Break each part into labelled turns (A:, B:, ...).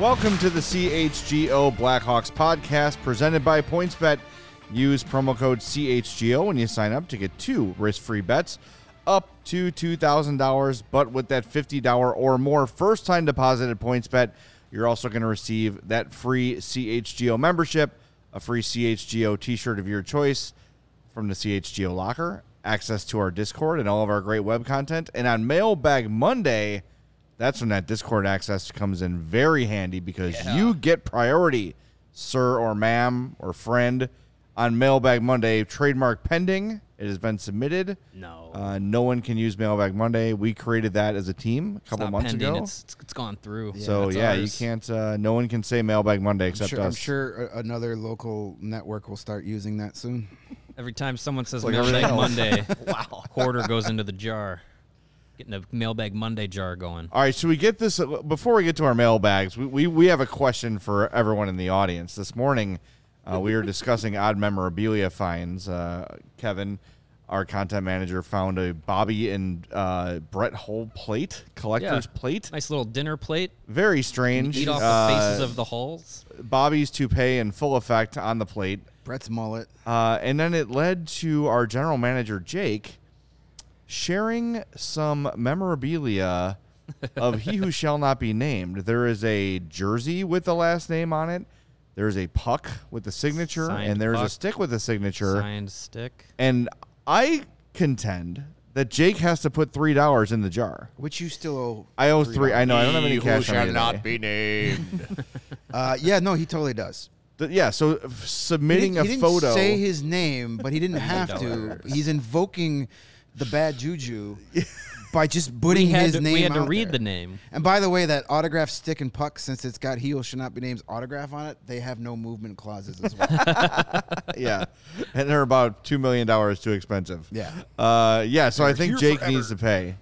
A: Welcome to the CHGO Blackhawks podcast presented by PointsBet. Use promo code CHGO when you sign up to get two risk free bets up to $2,000. But with that $50 or more first time deposited PointsBet, you're also going to receive that free CHGO membership, a free CHGO t shirt of your choice from the CHGO locker, access to our Discord and all of our great web content. And on Mailbag Monday, that's when that Discord access comes in very handy because you get priority, sir or ma'am or friend, on Mailbag Monday. Trademark pending. It has been submitted.
B: No.
A: Uh, no one can use Mailbag Monday. We created that as a team a couple
B: not
A: months
B: pending.
A: ago.
B: It's, it's, it's gone through.
A: so
B: It's
A: yeah,
B: ours.
A: you can't. Uh, no one can say Mailbag Monday
C: I'm
A: except
C: sure,
A: us.
C: I'm sure a- another local network will start using that soon.
B: Every time someone says
A: Like everything
B: mailbag
A: else.
B: Monday, wow, quarter goes into the jar. Getting the mailbag Monday jar going.
A: All right, should we get this before we get to our mailbags? We, we, we have a question for everyone in the audience. This morning, uh, we were discussing odd memorabilia finds. Uh, Kevin, our content manager, found a Bobby and uh, Brett Hull plate, collector's
B: Yeah.
A: plate.
B: Nice little dinner plate.
A: Very strange.
B: Eat off the faces of the hulls.
A: of Bobby's toupee in full effect on the plate.
C: Brett's mullet.
A: Uh, and then it led to our general manager, Jake, sharing some memorabilia of He Who Shall Not Be Named. There is a jersey with the last name on it, there's a puck with the signature,
B: Signed
A: and there's a
B: puck.
A: stick with a signature.
B: Signed stick.
A: And I contend that Jake has to put $3 in the jar.
C: Which you still owe.
A: I owe three. I know. I don't have any
D: He
A: cash.
D: Who shall
A: on me today.
D: not be named.
C: Uh, yeah, no, he totally does.
A: Th- Yeah. So f-
C: He
A: submitting
C: didn't-
A: a
C: he didn't
A: photo.
C: say his name, but he didn't have to.
B: dollars.
C: He's invoking the bad juju by just putting
B: We had,
C: his
B: to,
C: name.
B: we had to
C: out
B: read
C: there.
B: the name.
C: And by the way, that autograph stick and puck, since it's got heel should not be names autograph on it, they have no movement clauses as well.
A: yeah, and they're about two million dollars too expensive.
C: Yeah.
A: uh, yeah. So I think
D: here
A: Jake
D: forever.
A: needs to pay.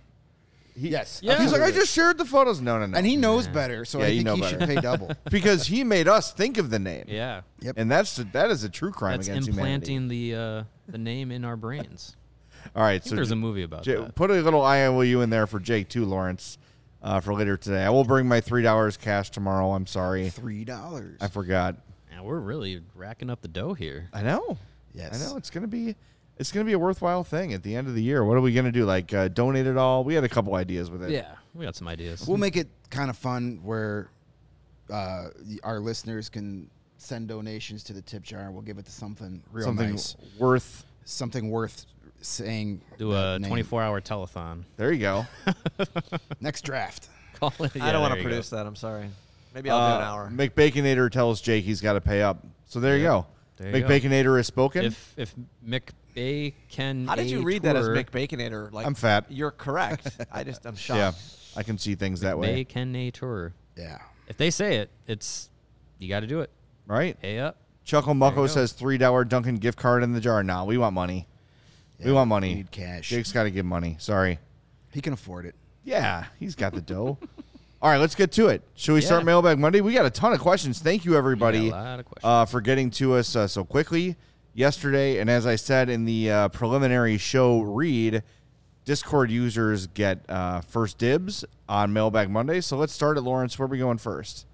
C: yes.
B: Yeah.
A: He's like, I
C: absolutely.
A: just shared the photos. No, no, no.
C: And he knows better, so
A: Yeah,
C: I
A: you
C: think
A: know
C: he
A: better.
C: should pay double.
A: because he made us think of the name.
B: Yeah.
C: Yep.
A: And that's that is a true crime
B: That's
A: against
B: implanting the uh, the name in our brains.
A: humanity. All right,
B: I think
A: so
B: there's a movie about
A: J-
B: that.
A: put a little IOU in there for Jake too, Lawrence, uh, for later today. I will bring my three dollars cash tomorrow. I'm sorry,
C: Three dollars.
A: I forgot.
B: And we're really racking up the dough here.
A: I know. I
C: Yes.
A: know it's gonna be it's gonna be a worthwhile thing at the end of the year. What are we gonna do? Like uh, donate it all? We had a couple ideas with it.
B: Yeah, we got some ideas.
C: We'll make it kind of fun where uh, y- our listeners can send donations to the tip jar. and We'll give it to something real
A: something
C: nice,
A: worth.
C: something worth saying.
B: Do
C: that
B: a
C: name.
B: 24 hour telethon.
A: There you go.
C: next draft.
B: Call it.
E: I
B: yeah,
E: don't want
B: there
E: to
B: you go.
E: produce that. I'm sorry. Maybe I'll do an hour.
A: Uh, McBaconator tells Jake he's got to pay up. So there you go.
B: There you go.
A: McBaconator is spoken.
B: If if McBay can.
E: How did you read that as McBaconator? Like
A: I'm fat.
E: You're correct. I just I'm shocked.
A: yeah, I can see things that way.
B: can a tour.
C: Yeah.
B: If they say it, it's you got to do it.
A: Right?
B: Hey up.
A: Chuckle Mucko
B: go.
A: says three dollar Dunkin' gift card in the jar. Nah, we want money. we want money.
C: we need cash.
A: Jake's got to give money. Sorry.
C: He can afford it.
A: Yeah, he's got the dough. All right, let's get to it. Should we start
B: Yeah.
A: Mailbag Monday? We got a ton of questions. Thank you, everybody,
B: We got a lot of questions.
A: uh, for getting to us uh, so quickly yesterday. And as I said in the uh, preliminary show read, Discord users get uh, first dibs on Mailbag Monday. So let's start at Lawrence. Where are we going first?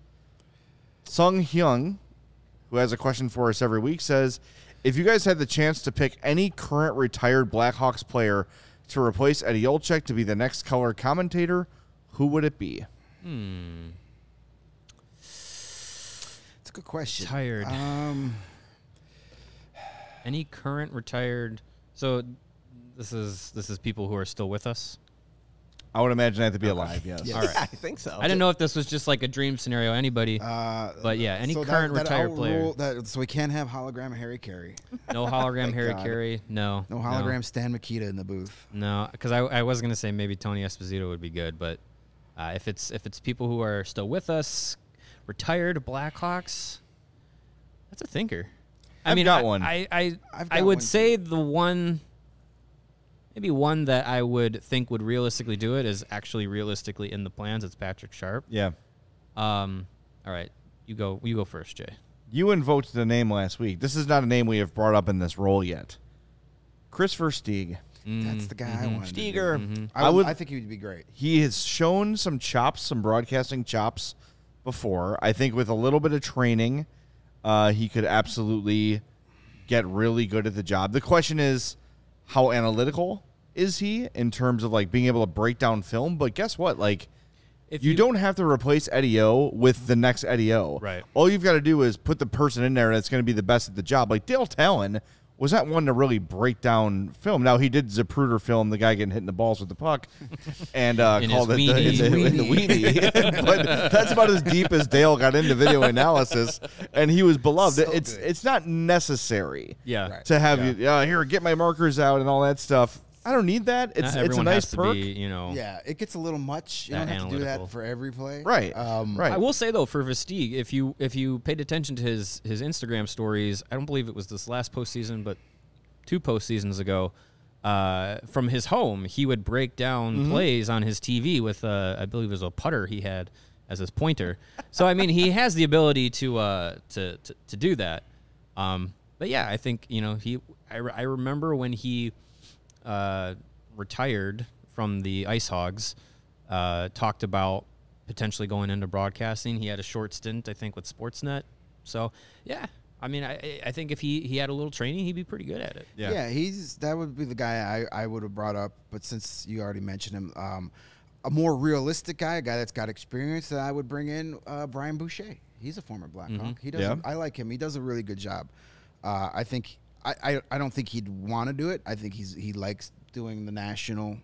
A: Sung Hyung, who has a question for us every week, says If you guys had the chance to pick any current retired Blackhawks player to replace Eddie Olczyk to be the next color commentator, who would it be?
C: It's a good question.
B: Tired.
C: Um,
B: Any current retired? So this is this is people who are still with us.
A: I would imagine I have to be alive, yes.
C: Yeah.
B: All right.
E: I think so.
B: I didn't know if this was just like a dream scenario. Anybody,
C: uh,
B: but yeah, any
C: so that-
B: current
C: that
B: retired player.
C: outrule- that- so we can't have hologram Harry Carey.
B: No hologram Harry
C: God.
B: Carey. No.
C: No hologram Stan Makita in the booth.
B: No, because I, I was gonna say maybe Tony Esposito would be good, but uh, if it's if it's people who are still with us, retired Blackhawks, that's a thinker. I
A: I've
B: mean,
A: got
B: I,
A: one.
B: I I,
C: I've
B: I
C: got
B: would
C: one,
B: say the one, maybe one that I would think would realistically do it is actually realistically in the plans. It's Patrick Sharp.
A: Yeah.
B: Um, all right, you go you go first, Jay.
A: You invoked the name last week. This is not a name we have brought up in this role yet. Christopher Stieg.
B: Mm,
C: That's the guy
B: mm-hmm.
C: I wanted. to do.
E: Steger.
C: I,
A: I
C: would,
A: would-
C: I think he would be great.
A: He has shown some chops, some broadcasting chops, before. I think with a little bit of training, uh, he could absolutely get really good at the job. The question is, how analytical is he in terms of like being able to break down film? But guess what? Like,
B: If
A: you, don't have to replace Eddie O with the next Eddie O.
B: Right.
A: All you've got to do is put the person in there that's going to be the best at the job. Like Dale Talon was not one to really break down film. Now he did Zapruder film, the guy getting hit in the balls with the puck, and uh,
B: In
A: called it
B: his
A: the, in the, in the
C: weenie.
A: weenie. but that's about as deep as Dale got into video analysis, and he was beloved.
C: So
A: it's
C: good.
A: it's not necessary.
B: Yeah.
C: Right.
A: To have you uh, here, get my markers out and all that stuff. I don't need that. It's
B: Not
A: it's a
B: everyone
A: nice
B: has to
A: perk.
B: be, you know.
C: Yeah, it gets a little much. You
B: Oh. That
C: don't have to do
B: analytical.
C: that for every play.
A: Right.
C: Um,
A: right.
B: I will say though, for Vestig, if you if you paid attention to his his Instagram stories, I don't believe it was this last postseason, but two postseasons ago, uh, from his home, he would break down plays on his TV with uh, I believe it was a putter he had as his pointer. so I mean, he has the ability to uh, to, to to do that. Um, but yeah, I think you know he. I, re- I remember when he uh, retired from the Ice Hogs, uh, talked about potentially going into broadcasting. He had a short stint, I think, with Sportsnet. So, yeah, I mean, I- I, I think if he, he had a little training, he'd be pretty good at it.
A: Yeah.
C: Yeah. he's that would be the guy I, I would have brought up, but since you already mentioned him, um, a more realistic guy, a guy that's got experience that I would bring in, uh, Brian Boucher. He's a former Blackhawk. He does.
A: Mm-hmm. Yeah.
C: I like him. He does a really good job. Uh, I think. I, I, I don't think he'd want to do it. I think he's he likes doing the national,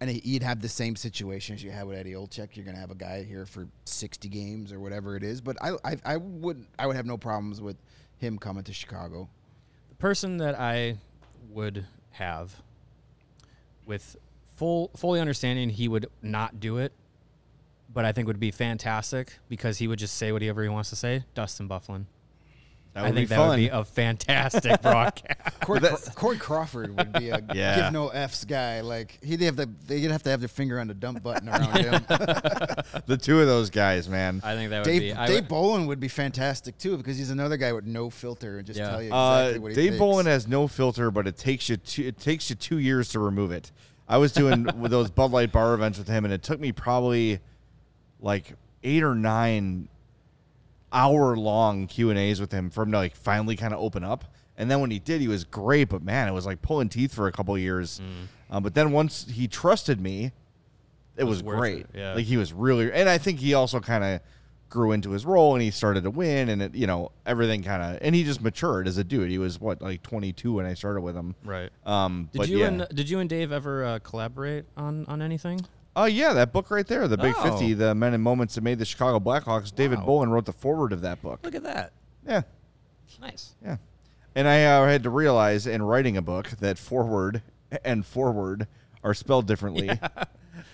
C: and he- he'd have the same situation as you had with Eddie Olchek. You're gonna have a guy here for 60 games or whatever it is. But I I, I would I would have no problems with him coming to Chicago.
B: The person that I would have with full fully understanding he would not do it, but I think would be fantastic because he would just say whatever he wants to say. Dustin Bufflin.
A: That
B: I
A: would be
B: think that
A: fun.
B: would be a fantastic broadcast.
C: Corey,
A: But that's-
C: Corey Crawford would be a
A: Yeah.
C: give no f's guy. Like he'd have the they'd have to have their finger on the dump button around him.
A: the two of those guys, man.
B: I think that would
C: Dave
B: be. I
C: Dave
B: would-
C: Bolin would be fantastic too because he's another guy with no filter and just
B: Yeah.
C: tell you
A: Uh,
C: exactly what he
A: Dave
C: thinks.
A: Bolin has no filter, but it takes you two, it takes you two years to remove it. I was doing with those Bud Light bar events with him, and it took me probably like eight or nine hour long Q and A's with him for him to like finally kind of open up. And then when he did, he was great. But man, it was like pulling teeth for a couple years. Um, but then once he trusted me, it was,
B: worth
A: great.
B: it, yeah.
A: Like he was really, and I think he also kind of grew into his role and he started to win and it, you know, everything kind of, and he just matured as a dude. He was what, like 22 when I started with him.
B: Right.
A: Um,
B: Did
A: but
B: you
A: yeah.
B: and Did you and Dave ever uh, collaborate on on anything?
A: Oh yeah, that book right there, the Big
B: Oh.
A: Fifty, the men and moments that made the Chicago Blackhawks. David
B: Wow.
A: Bolin wrote the foreword of that book.
B: Look at that.
A: Yeah,
B: Nice.
A: yeah. And I uh, had to realize in writing a book that forward and forward are spelled differently.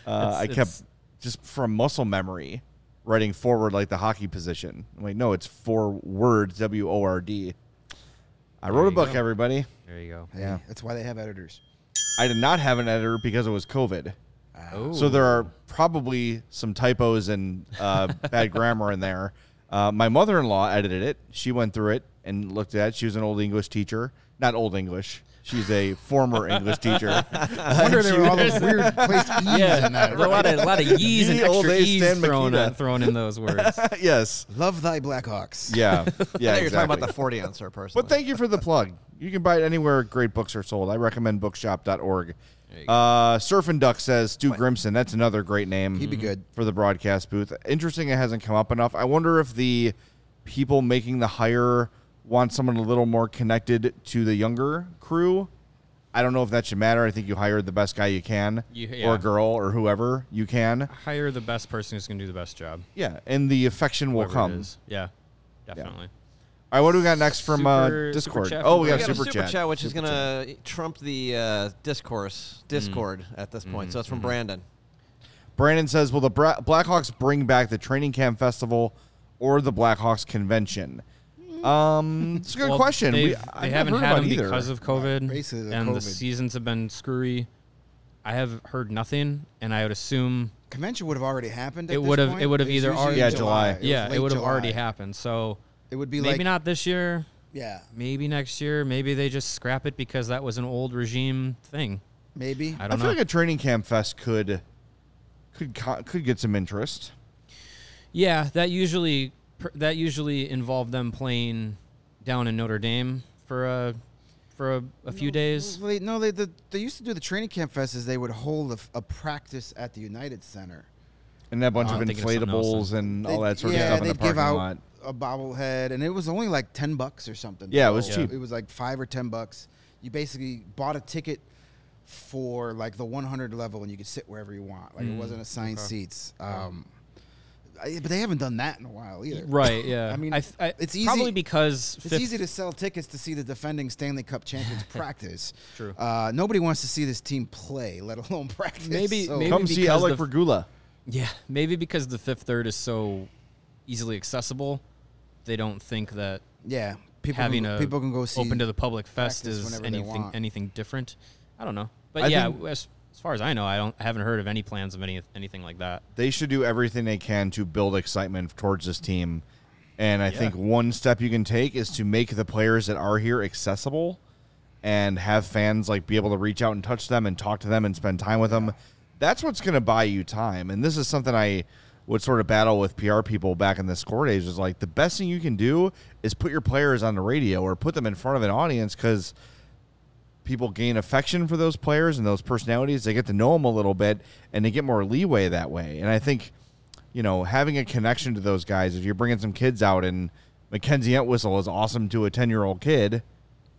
A: Uh,
B: It's-
A: I
B: it's-
A: kept just from muscle memory writing forward like the hockey position. I'm like, no, it's forward, W O R D. I wrote a
B: you
A: book,
B: go.
A: everybody.
B: There you go.
C: Hey,
A: Yeah.
C: that's why they have editors.
A: I did not have an editor because it was COVID.
B: Oh.
A: So there are probably some typos and uh, bad grammar in there. Uh, my mother-in-law edited it. She went through it and looked at it. She was an old English teacher, not old English. She's a former English teacher.
C: I wonder there were all those weird placed e's
B: Yeah,
C: in that.
B: there are a lot of a lot of yees and
A: Ye olde
B: extra e's
A: Stan
B: thrown, uh,
A: Mikita.
B: thrown in those words.
A: yes.
C: Love thy Blackhawks.
A: Yeah. Yeah.
E: I thought you were talking about
A: exactly.
E: the 40 ounce or person.
A: But thank you for the plug. You can buy it anywhere great books are sold. I recommend bookshop.org. Uh, Surf and Duck says Stu Grimson. That's another great name.
C: He'd be good.
A: for the broadcast booth. Interesting, it hasn't come up enough. I wonder if the people making the hire want someone a little more connected to the younger crew. I don't know if that should matter. I think you hired the best guy you can,
B: You-
A: or
B: yeah.
A: girl, or whoever you can.
B: Hire the best person who's going to do the best job.
A: Yeah, and the affection will
B: whoever it
A: come.
B: is. Yeah, definitely.
A: All right, what do we got next from
B: Super-
A: uh,
B: super
A: Discord?
B: chat
A: oh,
B: from
A: we
E: We
A: got,
E: got a
A: super, chat.
E: which is going to trump the uh, discourse, discord at this point. So it's from Brandon.
A: Brandon says, "Will the Bra- Blackhawks bring back the training camp festival or the Blackhawks convention?" Um, it's a good
B: Well,
A: question.
B: They've,
A: We,
B: they
A: I've not
B: haven't
A: heard
B: had
A: about
B: them
A: either.
B: because of COVID,
C: basically the
B: and the
C: COVID.
B: seasons have been screwy. I have heard nothing, and I would assume
C: Convention would have already happened. at
B: It
C: this
B: would've-
C: point.
B: it would've
C: It's
B: either
C: usually
B: already-
A: Yeah, July.
C: was
B: yeah,
C: late
B: it would have
C: July.
B: already happened. So
C: It would be
B: maybe
C: like
B: not this year,
C: Yeah,
B: maybe next year, maybe they just scrap it because that was an old regime thing.
C: maybe.
B: I
A: I
B: don't
A: feel
B: know.
A: like a training camp fest could could co- could get some interest.
B: Yeah, that usually per- that usually involved them playing down in Notre Dame for a for a, a few days.
C: Well, they, no, they, the, they used to do the training camp fest is they would hold a, f- a practice at the United Center.
A: and that bunch
B: Oh,
A: of
B: I'm thinking of something else.
A: inflatables and all
C: They'd-
A: that sort
C: yeah,
A: of stuff in the
C: they'd
A: parking
C: give out
A: lot.
C: A bobblehead, and it was only like ten bucks or something.
A: Yeah, it was
C: So
A: cheap.
C: It was like five or ten bucks. You basically bought a ticket for like the 100 level, and you could sit wherever you want. Like
B: Mm,
C: it wasn't assigned seats. Um, I, but they haven't done that in a while either.
B: Right. Yeah.
C: I mean,
B: I, th- I,
C: it's
B: it's
C: easy-
B: probably because
C: It's
B: fifth-
C: easy to sell tickets to see the defending Stanley Cup champions practice.
B: True.
C: Uh, nobody wants to see this team play, let alone practice.
B: Maybe-
C: so-
B: maybe
A: Come see
B: because
A: Alec
B: the-
A: Regula.
B: Yeah, maybe because the fifth third is so easily accessible, they don't think that
C: yeah, people
B: having
C: can,
B: a
C: people can go see
B: open to the public fest
C: practice
B: is
C: whenever they
B: anything
C: want.
B: anything different. I don't know, but
A: I
B: yeah,
A: think-
B: as, as far as I know, I don't I haven't heard of any plans of any anything like that.
A: they should do everything they can to build excitement towards this team. And I think one step you can take is to make the players that are here accessible and have fans like be able to reach out and touch them and talk to them and spend time with them. That's what's going to buy you time. And this is something I would sort of battle with PR people back in the score days is like the best thing you can do is put your players on the radio or put them in front of an audience because people gain affection for those players and those personalities. They get to know them a little bit, and they get more leeway that way. And I think, you know, having a connection to those guys. If you're bringing some kids out, and Mackenzie Entwistle is awesome to a ten year old kid,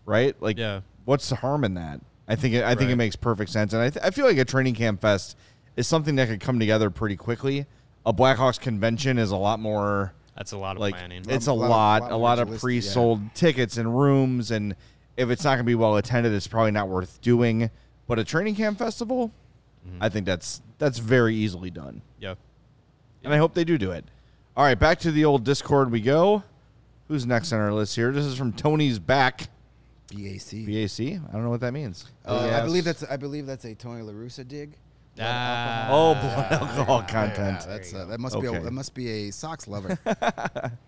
A: right? Like,
B: Yeah.
A: what's the harm in that? I think it, I think it
B: Right.
A: makes perfect sense, and I, th- I feel like a training camp fest is something that could come together pretty quickly. A Blackhawks convention is a lot more
B: That's a lot of
A: like
B: planning.
A: it's a
C: Lot- lot
A: lot,
C: of- lot
A: a
C: more
A: lot of
C: ritualistic, yeah.
A: pre-sold tickets and rooms, and if it's not going to be well attended, it's probably not worth doing. But a training camp festival, I think that's that's very easily done,
B: yeah.
A: and I hope they do do it. All right, back to the old Discord we go. Who's next on our list here? This is from Tony's back.
C: BAC.
A: BAC. I don't know what that means.
C: Uh, I
A: Yes.
C: believe that's I believe that's a Tony La Russa dig.
B: Ah,
A: oh, blood alcohol content.
C: That's uh, that must be
A: Okay.
C: a, that must be a socks lover.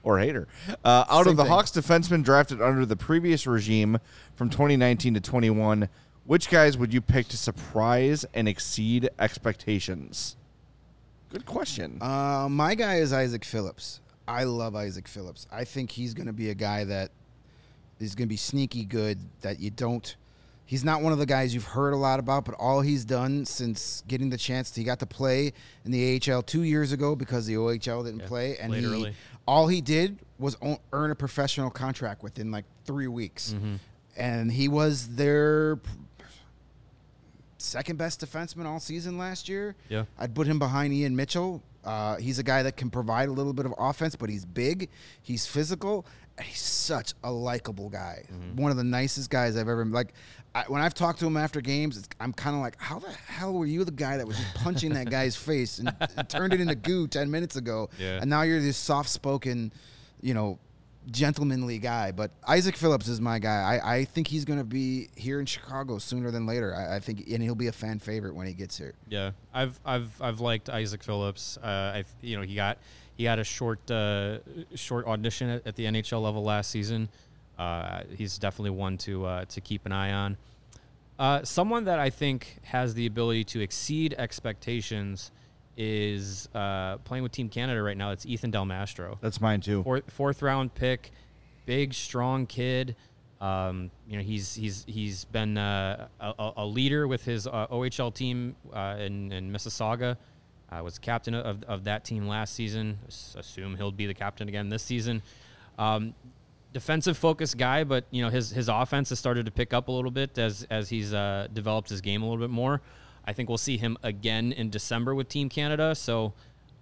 A: or hater. Uh, out
C: Same
A: of the
C: thing.
A: Hawks defensemen drafted under the previous regime from 2019 to 21, which guys would you pick to surprise and exceed expectations? Good question.
C: uh, my guy is Isaac Phillips. I love Isaac Phillips. I think he's going to be a guy that is going to be sneaky good. That you don't. He's not one of the guys you've heard a lot about, but all he's done since getting the chance, he got to play in the AHL two years ago because the OHL didn't play, and
B: played
C: he
B: early.
C: all he did was o- earn a professional contract within like three weeks, and he was their p- second best defenseman all season last year.
B: Yeah.
C: I'd put him behind Ian Mitchell. Uh, he's a guy that can provide a little bit of offense, but he's big, he's physical, and he's such a likable guy. One of the nicest guys I've ever like. I, when I've talked to him after games, it's, I'm kind of like, "How the hell were you the guy that was just punching that guy's face and, and turned it into goo ten minutes ago?
B: Yeah.
C: And now you're this soft-spoken, you know." gentlemanly guy but isaac phillips is my guy i, I think he's going to be here in chicago sooner than later I, I think and he'll be a fan favorite when he gets here
B: Yeah, I've I've I've liked Isaac Phillips. Uh, I you know he got he had a short uh, short audition at, at the NHL level last season. Uh, he's definitely one to uh, to keep an eye on. Uh, someone that I think has the ability to exceed expectations is uh, playing with Team Canada right now. It's Ethan Del Mastro
A: That's mine too.
B: fourth, fourth round pick, big strong kid. Um, you know he's he's he's been uh, a, a- a leader with his uh, OHL team uh, in, in Mississauga. Uh, was captain of, of that team last season. S- Assume he'll be the captain again this season. Um, defensive focused guy, but you know his his offense has started to pick up a little bit as as he's uh, developed his game a little bit more. I think we'll see him again in December with Team Canada. So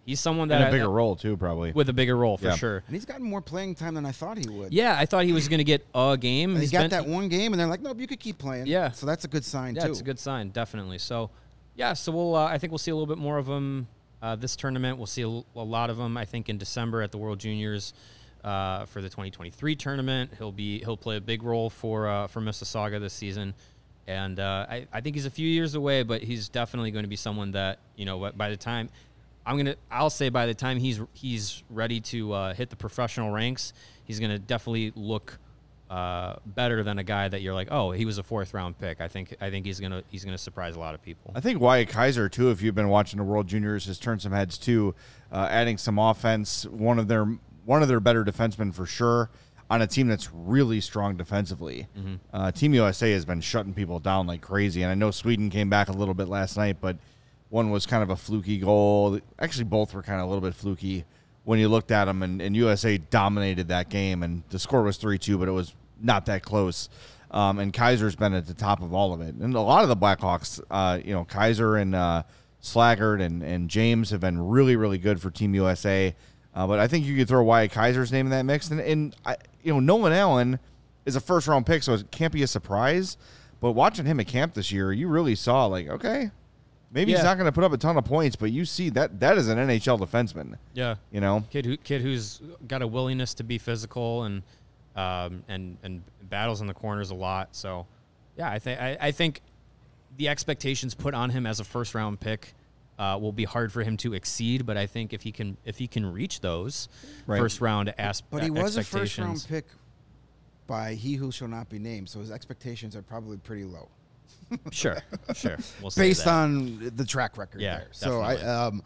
B: he's someone that
A: In
B: uh, I-
A: a bigger role too, probably.
B: with a bigger role for
A: Yeah.
B: sure.
C: And he's gotten more playing time than I thought he would.
B: Yeah, I thought he was going to get a game.
C: And he
B: He's
C: got
B: been-
C: that one game, and they're like, nope, you could keep playing.
B: Yeah.
C: So that's a good sign,
B: Yeah,
C: too.
B: it's a good sign, definitely. So, yeah, so we'll. Uh, I think we'll see a little bit more of him uh, this tournament. We'll see a, l- a lot of him. I think in December at the World Juniors uh, for the 2023 tournament, he'll be he'll play a big role for uh, for Mississauga this season. And uh, I, I think he's a few years away, but he's definitely going to be someone that you know. what- By the time I'm gonna, I'll say by the time he's he's ready to uh, hit the professional ranks, he's gonna definitely look uh, better than a guy that you're like, oh, he was a fourth round pick. I think I think he's gonna he's gonna surprise a lot of people.
A: I think Wyatt Kaiser too. If you've been watching the World Juniors, has turned some heads too, uh, adding some offense. One of their one of their better defensemen for sure on a team that's really strong defensively. Uh, team USA has been shutting people down like crazy, and I know Sweden came back a little bit last night, but one was kind of a fluky goal. Actually, both were kind of a little bit fluky when you looked at them, and, and USA dominated that game, and the score was three two, but it was not that close. Um, and Kaiser's been at the top of all of it. And a lot of the Blackhawks, uh, you know, Kaiser and uh, Slaggart and, and James have been really, really good for Team USA. Uh, but I think you could throw Wyatt Kaiser's name in that mix. And, and I, you know, Nolan Allen is a first round pick, so it can't be a surprise. But watching him at camp this year, you really saw, like, okay, maybe he's
B: Yeah.
A: not going to put up a ton of points, but you see that that is an NHL defenseman,
B: Yeah,
A: you know?
B: kid who kid who's got a willingness to be physical and um, and and battles in the corners a lot. So yeah, I think I I think the expectations put on him as a first round pick uh, will be hard for him to exceed. But I think if he can if he can reach those
A: Right.
B: first round as- uh,
C: But he was a first round
B: expectations-
C: pick by he who shall not be named, so his expectations are probably pretty low.
B: Sure, sure. We'll say
C: based
B: that.
C: on the track record
B: Yeah,
C: there. So I
B: definitely.
C: um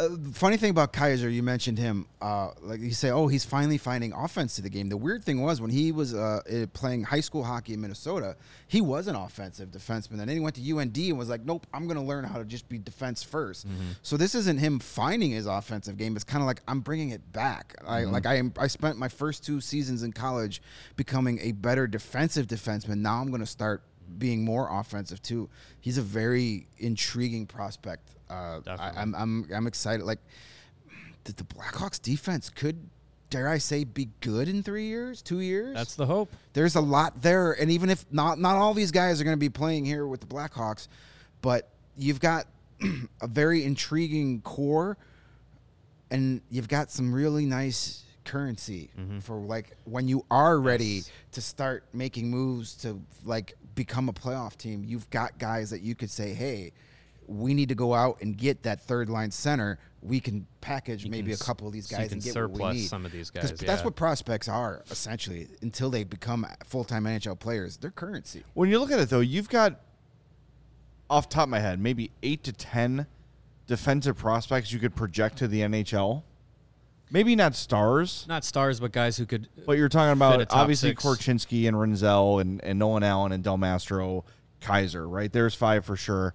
C: uh, funny thing about Kaiser, you mentioned him. Uh, like you say, oh, he's finally finding offense to the game. The weird thing was when he was uh, eh, playing high school hockey in Minnesota, he was an offensive defenseman. And then he went to UND and was like, nope, I'm going to learn how to just be defense 1st So this isn't him finding his offensive game. It's kind of like I'm bringing it back. I like I am, I spent my first two seasons in college becoming a better defensive defenseman. Now I'm going to start being more offensive too. He's a very intriguing prospect. Uh, I,
B: Definitely.
C: I'm I'm I'm excited. Like the, the Blackhawks defense could, dare I say, be good in three years, two years.
B: That's the hope.
C: there's a lot there, and even if not not all these guys are going to be playing here with the Blackhawks, but you've got a very intriguing core, and you've got some really nice currency
B: Mm-hmm.
C: for like when you are ready to start making moves to like become a playoff team. You've got guys that you could say, "Hey, we need to go out and get that third line center. We can package maybe
B: can
C: a couple of these
B: s- you
C: guys
B: can
C: and get what
B: surplus
C: we need."
B: some of these
C: 'Cause
B: guys,
C: that's
B: yeah.
C: what prospects are essentially until they become full time NHL players. They're currency.
A: When you look at it though, you've got off the top of my head, maybe eight to ten defensive prospects you could project to the NHL. Maybe not stars,
B: Not stars, but guys who could.
A: but you're talking
B: a
A: about
B: top
A: obviously
B: six.
A: Korchinski and Renzel and, and Nolan Allen and Del Mastro, Kaiser, right? There's five for sure.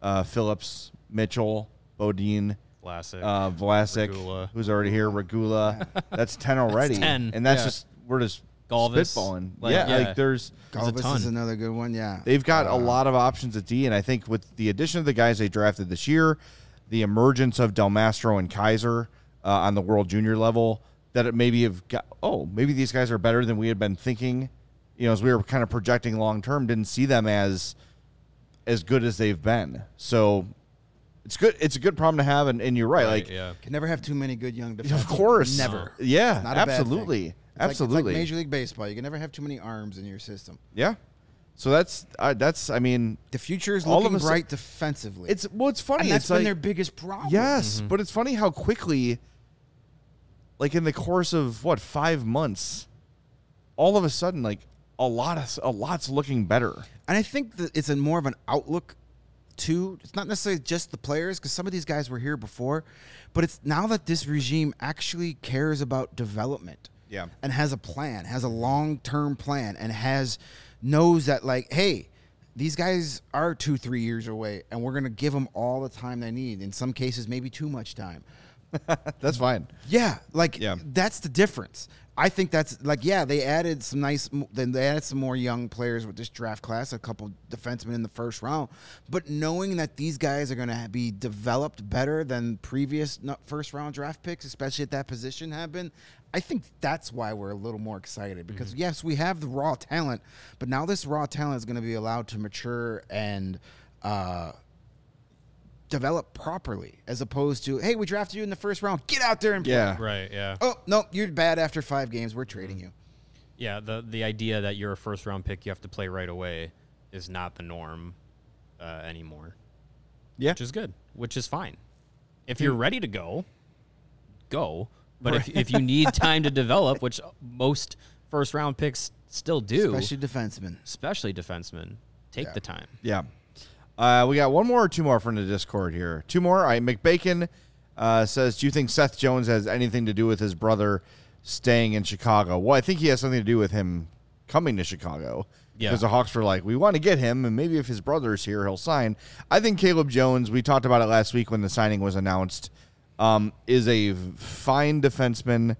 A: Uh, Phillips, Mitchell, Bodine,
B: Vlasic,
A: uh, Vlasic,
B: Regula.
A: who's already here, Regula. That's ten already.
B: 10,
A: And that's
B: yeah.
A: just we're just
B: Galvis,
A: spitballing.
B: like,
A: yeah,
B: yeah.
A: like there's
B: There's a
C: Galvis is
B: ton.
C: another good one. Yeah,
A: They've got a lot of options at D, and I think with the addition of the guys they drafted this year, the emergence of Del Mastro and Kaiser uh, on the World Junior level, that it maybe have got. Oh, maybe these guys are better than we had been thinking. You know, as we were kind of projecting long term, didn't see them as as good as they've been. So it's good. It's a good problem to have, and, and you're right. Like,
B: yeah.
C: can never have too many good young defensemen.
A: of course,
C: never.
A: Yeah,
C: Not a bad thing.
A: absolutely,
C: It's like- it's
A: absolutely.
C: Like, Major League Baseball, you can never have too many arms in your system.
A: yeah. So that's uh, that's. I mean,
C: The future is
A: All of
C: looking
A: a sudden-
C: bright defensively.
A: it's well, it's funny.
C: and that's
A: it's
C: been
A: like,
C: their biggest problem.
A: Yes,
B: Mm-hmm.
A: but it's funny how quickly, like in the course of what five months, all of a sudden, like a lot of a lot's looking better.
C: and I think that it's a more of an outlook too. It's not necessarily just the players because some of these guys were here before, but it's now that this regime actually cares about development.
A: Yeah.
C: and has a plan, has a long term plan, and has knows that like, hey, these guys are two, three years away, and we're gonna give them all the time they need. In some cases, maybe too much time.
A: That's fine.
C: Yeah, like
A: Yeah.
C: that's the difference. I think that's like yeah, they added some nice then they added some more young players with this draft class, a couple defensemen in the first round, but knowing that these guys are going to be developed better than previous no- first round draft picks, especially at that position have been, I think that's why we're a little more excited because yes, we have the raw talent, but now this raw talent is going to be allowed to mature and uh develop properly as opposed to hey we drafted you in the first round get out there and play
A: Yeah.
B: Right. Yeah.
C: oh no you're bad after five games we're trading you
B: Yeah, the the idea that you're a first round pick, you have to play right away, is not the norm uh, anymore.
A: Yeah.
B: which is good, which is fine. If you're ready to go, go. But if, if you need time to develop, which most first round picks still do,
C: Especially defensemen.
B: especially defensemen, take the time.
A: Yeah. Uh, we got one more or two more from the Discord here. Two more. All right. McBacon uh, says, Do you think Seth Jones has anything to do with his brother staying in Chicago? Well, I think he has something to do with him coming to Chicago.
B: Yeah.
A: Because the Hawks were like, we want to get him, and maybe if his brother's here, he'll sign. I think Caleb Jones, we talked about it last week when the signing was announced, um, is a fine defenseman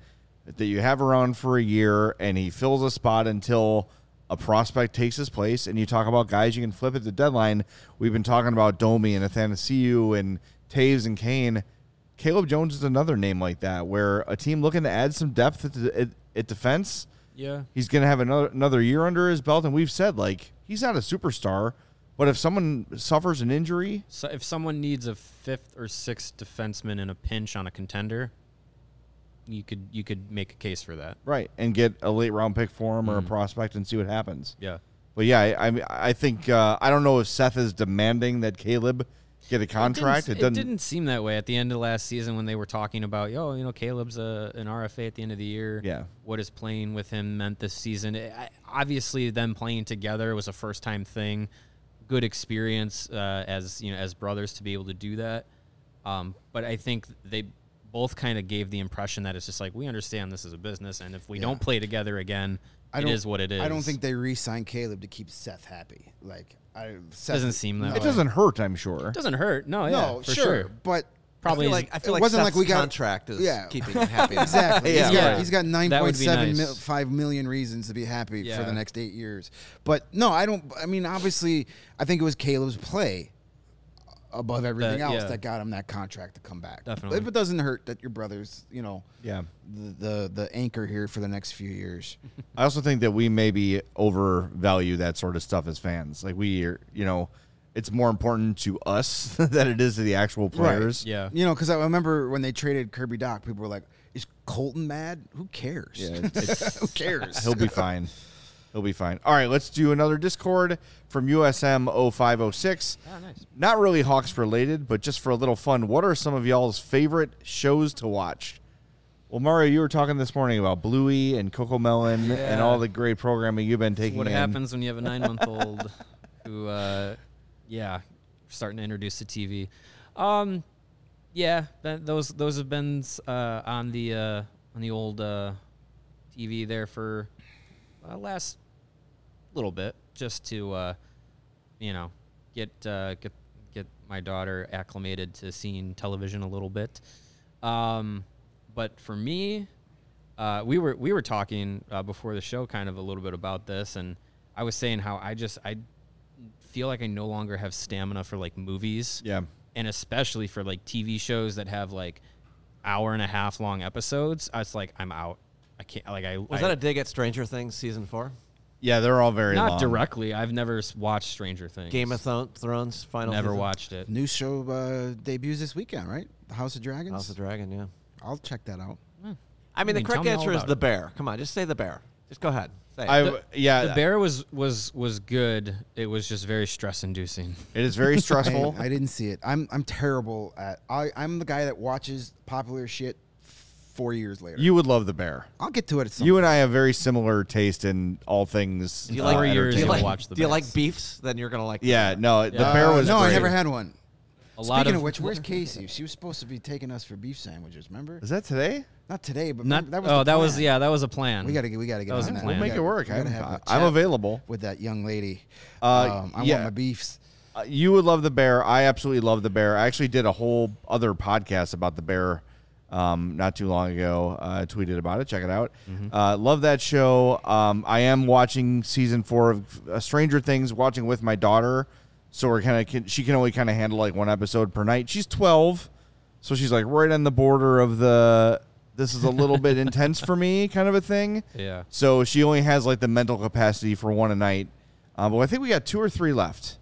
A: that you have around for a year, and he fills a spot until a prospect takes his place. And you talk about guys you can flip at the deadline. We've been talking about Domi and Athanasiu and Taves and Kane. Caleb Jones is another name like that, where a team looking to add some depth at, the, at, at defense
B: Yeah.
A: he's going to have another another year under his belt and we've said like he's not a superstar but if someone suffers an injury
B: So if someone needs a fifth or sixth defenseman in a pinch on a contender, you could you could make a case for that.
A: right and get a late round pick for him or a prospect and see what happens
B: Mm. Yeah.
A: but yeah i i, I think uh, i don't know if seth is demanding that caleb get a contract
B: It
A: it,
B: didn't,
A: doesn't
B: seem that way at the end of last season when they were talking about, yo, you know, Caleb's a, an RFA at the end of the year.
A: Yeah.
B: What is playing with him meant this season? I- I, obviously, them playing together was a first time thing. Good experience uh, as you know as brothers to be able to do that. Um, but I think they both kind of gave the impression that it's just like we understand this is a business, and if we don't play together again,
C: I
B: it
C: don't-
B: is what it is.
C: I don't think they re-signed Caleb to keep Seth happy. Like, I Seth,
B: Doesn't seem that
C: No,
B: way.
A: it doesn't hurt i'm sure
B: doesn't hurt. No, yeah,
C: No,
B: for
C: sure,
B: sure.
C: but
E: I
B: Probably
E: feel
B: is-
E: like I
C: it
E: feel like
C: wasn't like
E: Seth's
C: we got-
E: contract is
C: Yeah.
E: keeping him happy.
C: Exactly.
E: yeah.
C: He's got
B: right.
C: he's got nine
B: That
C: point
B: would be
C: seven
B: nice.
C: mil, five million reasons to be happy for
B: Yeah.
C: the next eight years. But no, I don't. I mean, obviously, I think it was Caleb's play above everything
B: That-
C: else
B: yeah.
C: that got him that contract to come back.
B: Definitely.
C: But it doesn't hurt that your brother's, you know,
A: yeah
C: the the, the anchor here for the next few years.
A: I also think that we maybe overvalue that sort of stuff as fans. Like we, are, you know, it's more important to us than it is to the actual players.
B: yeah.
C: You know, because I remember when they traded Kirby Doc, people were like, "Is Colton mad? Who cares?
A: Yeah, it's-
C: Who cares?"
A: He'll be fine. He'll be fine. All right, let's do another Discord from USM 0506.
B: Oh, nice.
A: Not really Hawks related, but just for a little fun, what are some of y'all's favorite shows to watch? Well, Mario, you were talking this morning about Bluey and Coco Melon and all the great programming you've been taking
B: what
A: in.
B: happens when you have a nine month old who uh, yeah starting to introduce to tv um, yeah that, those those have been uh, on the uh, on the old uh, tv there for uh, last little bit just to uh, you know get uh, get get my daughter acclimated to seeing television a little bit um, but for me uh, we were we were talking uh, before the show kind of a little bit about this and I was saying how I just I feel like I no longer have stamina for like movies
A: Yeah.
B: and especially for like TV shows that have like hour and a half long episodes I was like I'm out I can't like I
E: Was
B: I-
E: that a dig at Stranger Things season four?
A: Yeah, they're all very
B: not
A: long.
B: directly I've never s- watched Stranger Things
E: Game of Thro- Thrones final.
B: never
E: season?
B: watched it
C: New show uh, debuts this weekend, right? The House of Dragons.
E: House of Dragon. Yeah.
C: I'll check that out.
E: I mean,
B: mean,
E: the correct
B: tell me all
E: answer is
B: about
E: the
B: it.
E: bear. Come on, just say the bear. Just go ahead. Say it.
A: I
B: The-
A: yeah,
B: the bear was was was good it was just very stress inducing
A: it is very
C: I,
A: stressful.
C: I didn't see it. I'm I'm terrible at. I I'm the guy that watches popular shit four years later.
A: you would love the bear.
C: I'll get to it at some.
A: You and I have very similar taste in all things.
E: do you
A: uh,
E: like,
B: four
E: do
B: years
E: you
A: entertainment.
B: you'll
E: like,
B: watch the
E: do you
B: bears.
E: like beefs? Then you're gonna like. the
A: Yeah,
E: bear.
A: no, the
C: Uh,
A: bear was
C: no, I
A: great.
C: never had one.
B: a lot
C: Speaking
B: of,
C: of, which, where's Casey? She was supposed to be taking us for beef sandwiches. Remember?
A: Is that today?
C: Not today, but
B: not
C: remember- that was.
B: oh
C: the
B: that was
C: plan.
B: yeah that was a plan
C: We gotta get. We gotta get.
B: That was
C: on
B: the
C: that.
B: plan.
A: We'll
C: We
A: make it
C: gotta-
A: work.
C: we gotta
A: I'm-
C: have a
A: I'm
C: chat
A: available.
C: with that young lady.
A: Uh,
C: um, I
A: yeah.
C: want my beefs.
A: Uh, you would love the bear. I absolutely love the bear. I actually did a whole other podcast about the bear um, not too long ago. Uh, I tweeted about it. Check it out. Uh, love that show. Um, I am watching season four of uh, Stranger Things. Watching with my daughter, so we're kind of can, she can only kind of handle like one episode per night. She's twelve, so she's like right on the border of the. This is a little bit intense for me, kind of a thing.
B: Yeah.
A: So she only has like the mental capacity for one a night. Uh, but I think we got two or three left.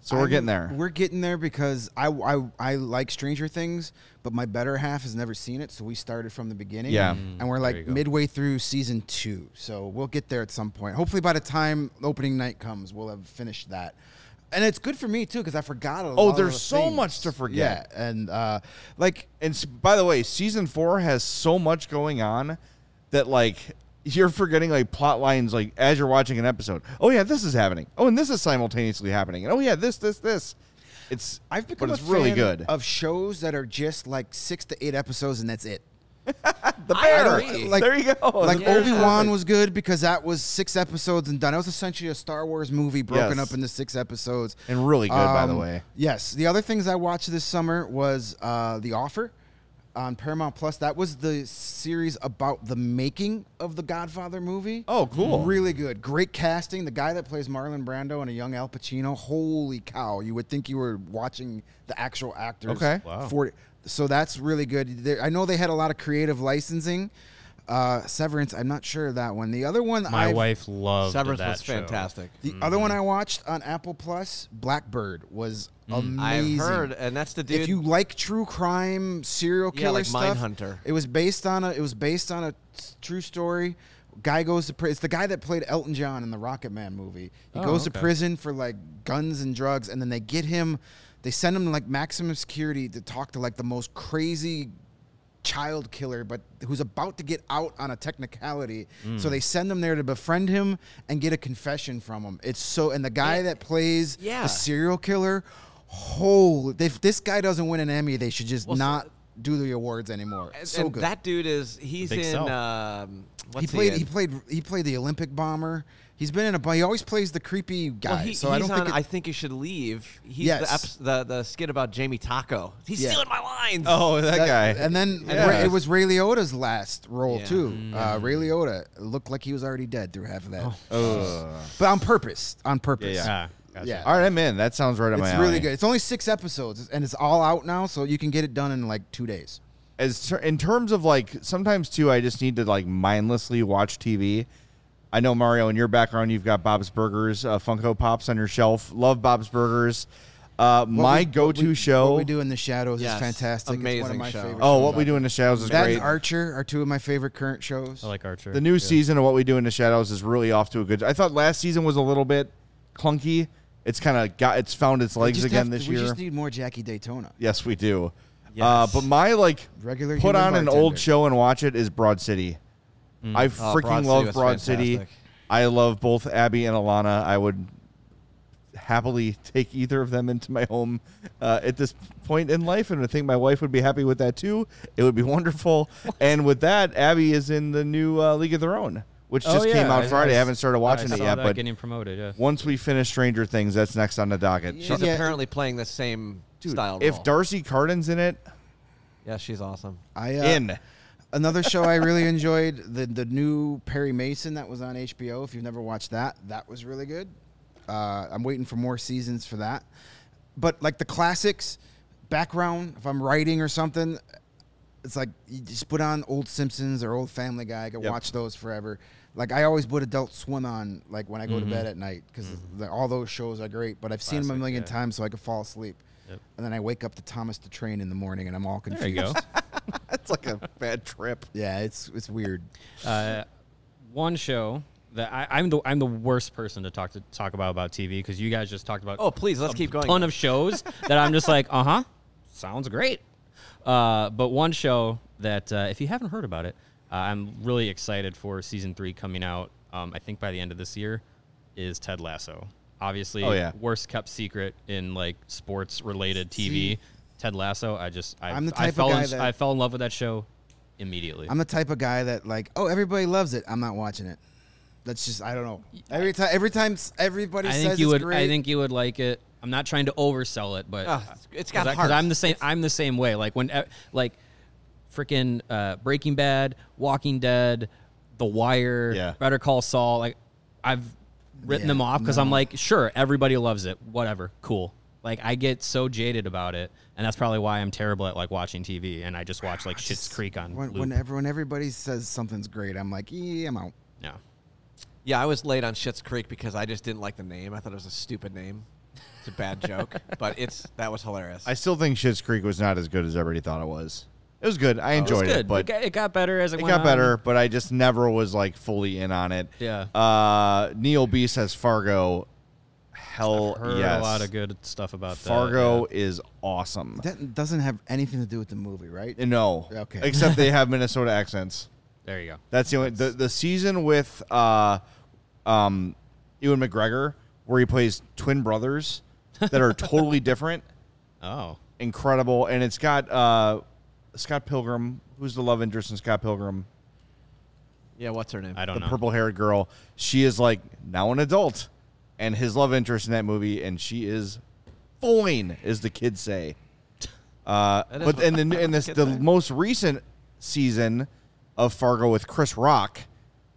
A: So we're
C: I'm-
A: getting there.
C: We're getting there because I, I I like Stranger Things, but my better half has never seen it, so we started from the beginning.
A: Yeah. Mm,
C: and we're
B: you
C: like
B: go.
C: midway through season two, so we'll get there at some point. Hopefully, by the time opening night comes, we'll have finished that. And it's good for me too because I forgot a lot.
A: Oh,
C: of
A: there's
C: the
A: so
C: things.
A: much to forget.
C: Yeah, and uh, like
A: and s- by the way, season four has so much going on that like you're forgetting like plot lines like as you're watching an episode. Oh yeah, this is happening. Oh, and this is simultaneously happening. And oh yeah, this, this, this. It's
C: I've become
A: but it's
C: a
A: really
C: fan
A: good.
C: of shows that are just like six to eight episodes and that's it.
A: the
E: I
A: bear.
E: agree.
A: Like, there you go.
C: Like
A: The bear.
C: Obi Wan was good because that was six episodes and done. It was essentially a Star Wars movie broken
A: Yes.
C: up into six episodes.
A: and really good by the
C: Um,
A: way.
C: Yes. The other things I watched this summer was uh, The Offer on Paramount Plus. That was the series about the making of the Godfather movie.
A: Oh, cool.
C: Really good. Great casting. The guy that plays Marlon Brando and a young Al Pacino. Holy cow. You would think you were watching the actual actors.
A: Okay.
B: Wow.
C: For, so that's really good. There, I know they had a lot of creative licensing. Uh, Severance, I'm not sure of that one. The other one
B: My
C: I've,
B: wife loved
E: Severance
B: that
E: was
B: show.
E: fantastic.
C: The other
E: Mm-hmm.
C: one I watched on Apple Plus, Blackbird, was amazing.
E: I've heard, and that's the dude.
C: If you like true crime, serial
E: Yeah,
C: killer
E: like
C: stuff,
E: Mindhunter.
C: It was based on a. It was based on a s- true story. Guy goes to prison. It's the guy that played Elton John in the Rocket Man movie. He
B: Oh,
C: goes to
B: okay.
C: prison for like guns and drugs, and then they get him. They send him to like maximum security to talk to like the most crazy child killer, but who's about to get out on a technicality.
E: Hmm.
C: So they send him there to befriend him and get a confession from him. It's so, and the guy that plays
E: Yeah.
C: the serial killer, holy! If this guy doesn't win an Emmy, they should just
E: Well, so-
C: not do the awards anymore.
E: and,
C: so
E: and
C: good.
E: that dude is he's
B: Big
E: in.
B: sell.
E: Um,
C: he
E: what's
C: played.
E: in?
C: He played. He played the Olympic bomber. He's been in a. bu- He always plays the creepy guy.
E: Well, he,
C: so
E: he's
C: I don't
E: on.
C: think. it-
E: I think you should leave. He's
C: Yes.
E: the, eps- the the skit about Jamie Taco. He's
C: Yeah.
E: stealing my lines.
A: Oh, that,
C: that-
A: guy.
C: And then
A: Yeah. Mm.
C: Ra- it was Ray Liotta's last role
E: Yeah.
C: too. Uh, Ray Liotta looked like he was already dead through half of that.
A: Ugh.
C: but on purpose. On purpose.
A: Oh. Yeah,
B: Ah, gotcha.
C: Yeah.
A: All right, I'm in. That sounds right on my
C: It's really
A: alley.
C: good. It's only six episodes, and it's all out now, so you can get it done in like two days.
A: as ter- in terms of like sometimes too i just need to like mindlessly watch tv i know mario in your background you've got bob's burgers uh, funko pops on your shelf love bob's burgers uh, my
C: we-
A: go-to
C: we-
A: show
C: What we do in the shadows
E: Yes.
C: is fantastic. it's one of
E: Amazing
C: my
E: show.
C: favorite.
A: oh what
C: shows.
A: we do in the shadows is
C: That
A: great
C: and Archer are two of my favorite current shows.
B: I like Archer.
A: the new season of what we do in the shadows is really off to a good i thought last season was a little bit clunky it's kind of got it's found its
C: We
A: legs
C: just
A: again
C: have-
A: this
C: We
A: year
C: just need more Jackie Daytona.
A: yes we do uh, but my like
C: Regular
A: put on an
C: human
A: old
C: bartender.
A: show and watch it is Broad City. I
E: Broad
A: freaking
E: City
A: love
E: was
A: Broad City.
E: fantastic.
A: I love both Abby and Alana. I would happily take either of them into my home uh, at this point in life, and I think my wife would be happy with that too. It would be wonderful. and with that, Abby is in the new uh, League of Their Own, which
B: Oh,
A: just came
B: yeah,
A: out Friday. I,
B: s-
A: haven't started watching
B: I
A: it
B: saw
A: yet,
B: that
A: but
B: getting promoted. Yeah.
A: once we finish Stranger Things, that's next on the docket.
E: she's
C: Yeah.
E: apparently playing the same style.
A: if
E: role.
A: Darcy Cardin's in it,
E: yeah, she's awesome.
C: I, uh,
A: in.
C: Another show I really enjoyed the the new Perry Mason that was on HBO. If you've never watched that, that was really good. Uh, I'm waiting for more seasons for that. But like the classics, background. If I'm writing or something, it's like you just put on old Simpsons or old Family Guy. I could
A: Yep.
C: watch those forever. Like I always put Adult Swim on, like when I go to bed at night, because all those shows are great. But I've seen them a
B: Mm-hmm. Classic,
C: million
B: yeah.
C: times, so I could fall asleep.
B: Yep.
C: And then I wake up to Thomas the Train in the morning, and I'm all confused.
B: There you go.
A: That's like a bad trip.
C: Yeah, it's it's weird.
B: uh, one show that I, I'm the I'm the worst person to talk to talk about about TV because you guys just talked about
E: Oh, please let's keep going.
B: ton of shows that I'm just like, uh huh, sounds great. Uh, but one show that uh, if you haven't heard about it, uh, I'm really excited for season three coming out. Um, I think by the end of this year is Ted Lasso. Obviously,
A: Oh, yeah.
B: worst kept secret in like sports related TV.
C: See?
B: Ted Lasso. I just I,
C: I'm the
B: I
C: type of
B: fell
C: guy
B: in,
C: that-
B: I fell in love with that show immediately.
C: I'm the type of guy that like, oh, everybody loves it. I'm not watching it. That's just I don't know. Every time, every time s- everybody
B: I
C: says
B: think you
C: it's
B: would.
C: great.
B: I think you would like it. I'm not trying to oversell it, but
E: Ah, it's- it's got
B: because
E: heart.
B: I'm the same. I'm the same way. Like when, e- like, freaking uh, Breaking Bad, Walking Dead, The Wire,
A: Yeah.
B: Better Call Saul. Like I've written
C: Yeah,
B: them off because I'm
C: no.
B: like, sure, everybody loves it. Whatever, cool. Like I get so jaded about it, and that's probably why I'm terrible at like watching TV, and I just watch like Shit's Creek on
C: when,
B: loop.
C: when everyone everybody says something's great, I'm like, yeah, I'm out.
B: yeah.
E: Yeah, I was late on Shit's Creek because I just didn't like the name. I thought it was a stupid name. It's a bad joke, but it's that was hilarious.
A: I still think Shit's Creek was not as good as everybody thought it was. It was good. I enjoyed
B: It's
A: it,
B: good.
A: but
B: Oh, it, got, it got better as it,
A: it
B: went
A: got
B: on.
A: better. But I just never was like fully in on it.
B: Yeah.
A: Uh, Neil B says Fargo. Hell
B: Heard
A: yes.
B: a lot of good stuff about that, yeah.
A: Fargo is awesome. Uh,
C: That doesn't have anything to do with the movie, right?
A: no.
C: Okay.
A: Except they have Minnesota accents.
B: There you go.
A: That's the only the, the season with uh, um, Ewan McGregor where he plays twin brothers that are totally different,
B: Oh,
A: incredible, and it's got uh, Scott Pilgrim, who's the love interest in Scott Pilgrim,
E: Yeah, what's her name?
B: I don't
A: the
B: know.
A: purple haired girl. She is like now an adult, and his love interest in that movie, and she is fine, as the kids say. Uh,
E: That is
A: but
E: what-
A: and the and this
E: kids
A: the
E: say.
A: most recent season of Fargo with Chris Rock,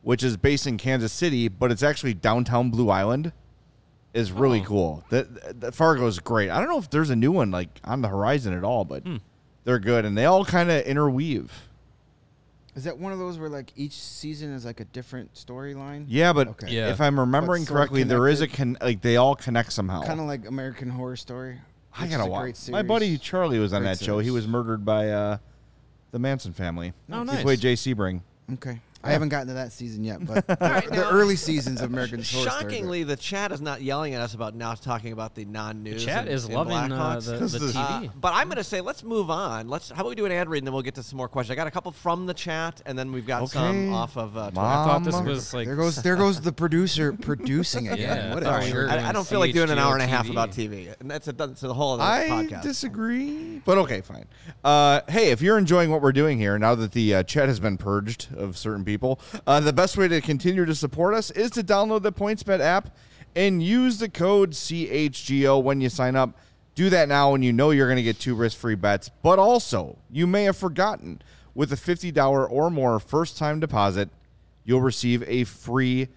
A: which is based in Kansas City, but it's actually downtown Blue Island, is really cool. That, that Fargo is great. I don't know if there's a new one like on the horizon at all, but they're good and they all kind of interweave.
C: Is that one of those where like each season is like a different storyline?
A: Yeah, but
C: Okay.
B: Yeah.
A: if I'm remembering
C: But sorta
A: correctly, there is a con- like they all connect somehow.
C: Kind of like American Horror Story.
A: I
C: which
A: gotta
C: is a
A: watch.
C: great
A: My buddy
C: series.
A: Charlie was on
C: Great
A: that show. He
C: series.
A: was murdered by uh, the Manson family.
B: Oh,
A: He
B: nice.
A: played Jay Sebring.
C: Okay. I haven't gotten to that season yet, but the, the early seasons of American Horror Story. are
E: Shockingly, the chat is not yelling at us about now talking about the non-news.
B: chat
E: and-
B: is
E: and
B: loving, uh,
E: Blackhawks.
B: the- the
E: Uh,
B: TV.
E: but I'm going to say let's move on. Let's how about we do an ad read and then we'll get to some more questions. I got a couple from the chat and then we've got
A: Okay.
E: some off of. Uh, Twitter.
B: I thought this
A: Um,
B: was
C: good.
B: like
C: There goes there goes the producer producing again.
B: Yeah,
C: what
B: sorry.
C: a
B: Sure.
C: jerk.
E: I, I don't feel like doing an hour and a half
B: CHGO
E: about TV, and that's a that's a whole other
A: I
E: podcast.
A: disagree, but okay, fine. Uh, hey, if you're enjoying what we're doing here, now that the uh, chat has been purged of certain people, uh, the best way to continue to support us is to download the PointsBet app and use the code CHGO when you sign up. Do that now, and you know you're going to get two risk-free bets. But also, you may have forgotten with a $50 or more first-time deposit you'll receive a free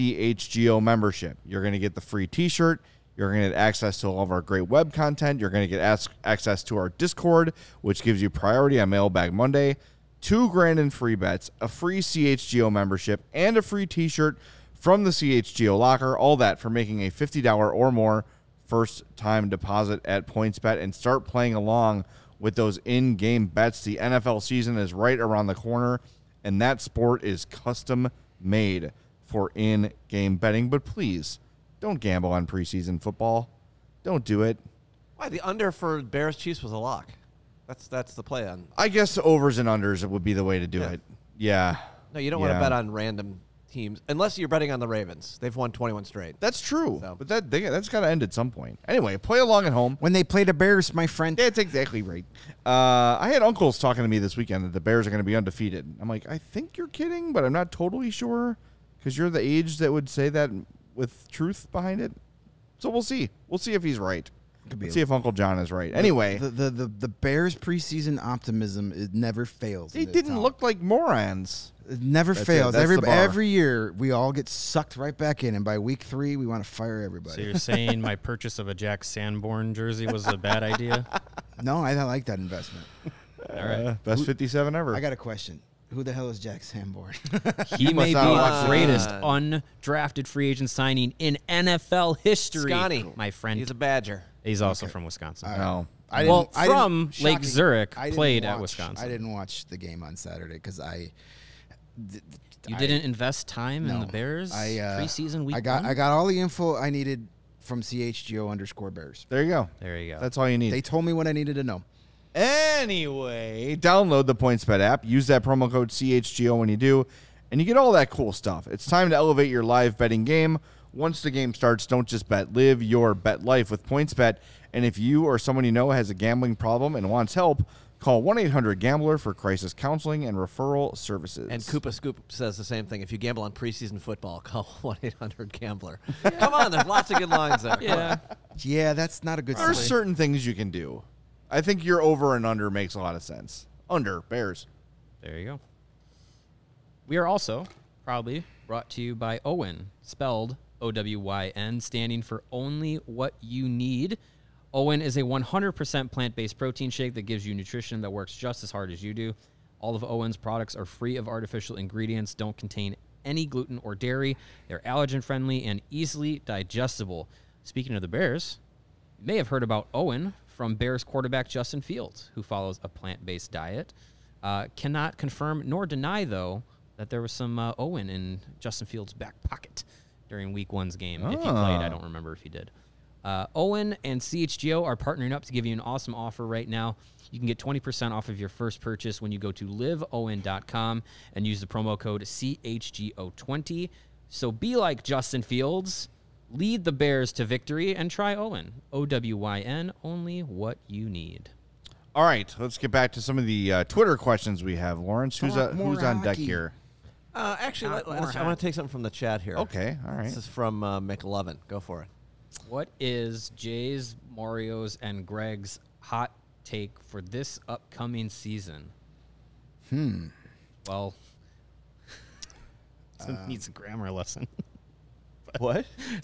A: CHGO membership. You're going to get the free t shirt. You're going to get access to all of our great web content. You're going to get ask, access to our Discord, which gives you priority on Mailbag Monday, two grand in free bets, a free CHGO membership, and a free t shirt from the CHGO locker. All that for making a $50 or more first time deposit at PointsBet and start playing along with those in game bets. The NFL season is right around the corner, and that sport is custom made for in game betting. But please don't gamble on preseason football. Don't do it.
E: Why the under for Bears Chiefs was a lock? That's that's the play on.
A: I guess overs and unders would be the way to do
E: Yeah.
A: it. Yeah.
E: No, you don't
A: Yeah.
E: want to bet on random teams unless you're betting on the Ravens. They've won 21 straight.
A: That's true.
E: So.
A: But that they, that's got to end at some point. Anyway, play along at home.
C: When they play the Bears, my friend.
A: That's exactly right. Uh, I had uncles talking to me this weekend that the Bears are going to be undefeated. I'm like, I think you're kidding, but I'm not totally sure because you're the age that would say that with truth behind it. So we'll see. We'll see if he's right.
C: Could be
A: Let's
C: a-
A: see if Uncle John is right. Anyway,
C: the the, the, the Bears preseason optimism it never fails.
A: they
C: in this
A: didn't
C: town.
A: look like morons.
C: It never
A: That's it.
C: fails.
A: That's
C: Every
A: the bar.
C: every year we all get sucked right back in, and by week three we want to fire
B: So
C: everybody.
B: you're saying my purchase of a Jack Sanborn jersey was a bad idea?
C: no, I don't like that investment.
B: All right.
A: Best 57 ever.
C: I got a question. Who the hell is Jack Sanborn?
B: He may be
A: not have
B: the
E: watched it.
B: greatest
E: Uh,
B: undrafted free agent signing in NFL history.
E: Scotty,
B: my friend.
E: he's a Badger.
B: He's also from Wisconsin.
A: no.
C: I
B: Well,
C: didn't- I didn't-
B: from Lake
C: shocking.
B: Zurich,
C: I didn't
B: played at
C: watch-
B: Wisconsin.
C: I didn't watch the game on Saturday because I. th- th-
B: You
C: I-
B: didn't invest time in
C: no.
B: the Bears
C: I, uh,
B: preseason week.
C: I got
B: one?
C: I got all the info I needed from CHGO underscore Bears.
A: There you go.
B: There you go.
A: That's all you need.
C: They told me what I needed to know.
A: Anyway, download the PointsBet app. Use that promo code CHGO when you do, and you get all that cool stuff. It's time to elevate your live betting game. Once the game starts, don't just bet. Live your bet life with PointsBet. And if you or someone you know has a gambling problem and wants help, call 1 800 Gambler for crisis counseling and referral services.
E: And Koopa Scoop says the same thing. If you gamble on preseason football, call 1 800 Gambler. Come on, there's lots of good lines there. Come
B: yeah.
E: on.
C: Yeah, that's not a good.
A: There are
C: sign.
A: certain things you can do. I think your over and under makes a lot of sense. Under, Bears.
B: There you go. We are also probably brought to you by Owen, spelled O W Y N, standing for only what you need. Owen is a 100% plant based protein shake that gives you nutrition that works just as hard as you do. All of Owen's products are free of artificial ingredients, don't contain any gluten or dairy. They're allergen friendly and easily digestible. Speaking of the Bears, you may have heard about Owen from Bears quarterback Justin Fields, who follows a plant based diet. Uh, cannot confirm nor deny, though, that there was some uh, Owen in Justin Fields' back pocket during week one's game. If he played, I don't remember if he did. Uh, Owen and CHGO are partnering up to give you an awesome offer right now. You can get 20% off of your first purchase when you go to liveowen.com and use the promo code CHGO20. So be like Justin Fields, lead the Bears to victory, and try Owen. O W Y N, only what you need.
A: All right, let's get back to some of the uh, Twitter questions we have. Lawrence, who's
C: Talk
A: uh,
C: more
A: who's on deck
C: hockey.
A: here?
E: Uh, actually, let, let's, I want to take something from the chat here.
A: Okay, all right.
E: This is from uh, McLovin. Go for it.
B: What is Jay's, Mario's, and Greg's hot take for this upcoming season? Hmm. Well, so needs a grammar lesson.
E: What?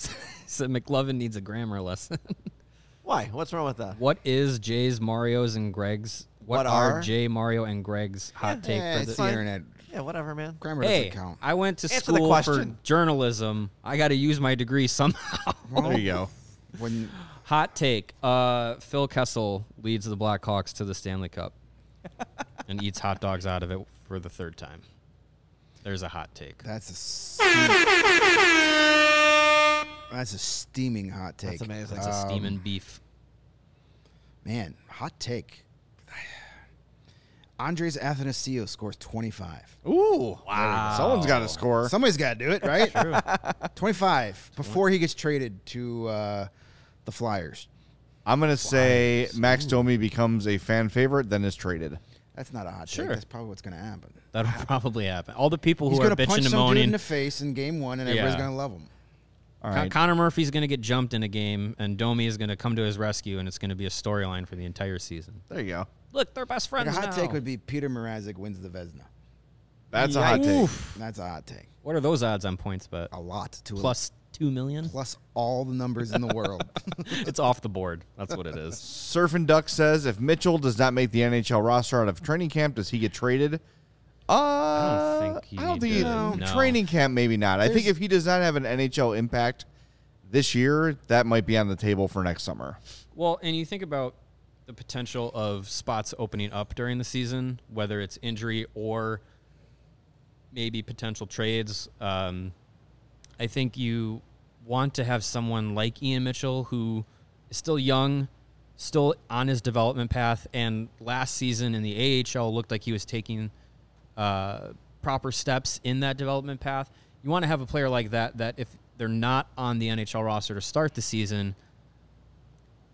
B: so McLovin needs a grammar lesson.
E: Why? What's wrong with that?
B: what is Jay's, Mario's, and Greg's? What,
E: What
B: are,
E: are?
B: Jay, Mario, and Greg's hot take
C: Eh,
B: for
C: it's
B: this?
C: the internet.
E: Yeah, whatever, man.
C: Grammar
B: Hey,
C: doesn't count.
B: I went to
E: Answer the
B: school for
E: question.
B: journalism. I got to use my degree somehow.
A: There you go.
C: When
B: Hot take. Uh, Phil Kessel leads the Blackhawks to the Stanley Cup and eats hot dogs out of it for the third time. There's a hot take.
C: that's a steam- that's a steaming hot take.
E: amazing.
B: That's a
C: Um,
B: steaming beef.
C: Man, hot take. Andres Athanasio scores 25.
A: Ooh, wow. Someone's
B: Oh.
A: got to score.
C: Somebody's got to do it, right? 25 before he gets traded to uh, the Flyers.
A: I'm gonna say Max Domi becomes a fan favorite, then is traded.
C: That's not a hot
B: Sure.
C: take. That's probably what's going to happen.
B: That'll probably happen. All the people who
C: He's
B: are
C: going to
B: bitching
C: punch
B: and
C: some dude
B: moaning.
C: in the face in game one, and everybody's
B: Yeah.
C: going to love him.
A: All
B: Con-
A: right.
B: Connor Murphy's going to get jumped in a game, and Domi is going to come to his rescue, and it's going to be a storyline for the entire season.
A: There you go.
B: Look, they're best
C: Like
B: friends
C: a hot take
B: now.
C: would be Peter Mrazek wins the Vesna.
A: That's a hot take.
B: Oof.
C: That's a hot take.
B: What are those odds on points bet?
C: A lot to
B: Plus two million?
C: plus all the numbers in the world.
B: it's off the board. That's what it is.
A: Surf and Duck says if Mitchell does not make the NHL roster out of training camp, does he get traded? Uh, I
B: don't think you
A: I don't
B: need
A: think
B: to-
A: he-
B: No. no.
A: training camp maybe not. I think if he does not have an NHL impact this year, that might be on the table for next summer.
B: Well, and you think about the potential of spots opening up during the season, whether it's injury or maybe potential trades. Um, I think you want to have someone like Ian Mitchell who is still young, still on his development path, and last season in the AHL looked like he was taking uh, proper steps in that development path. You want to have a player like that that if they're not on the NHL roster to start the season,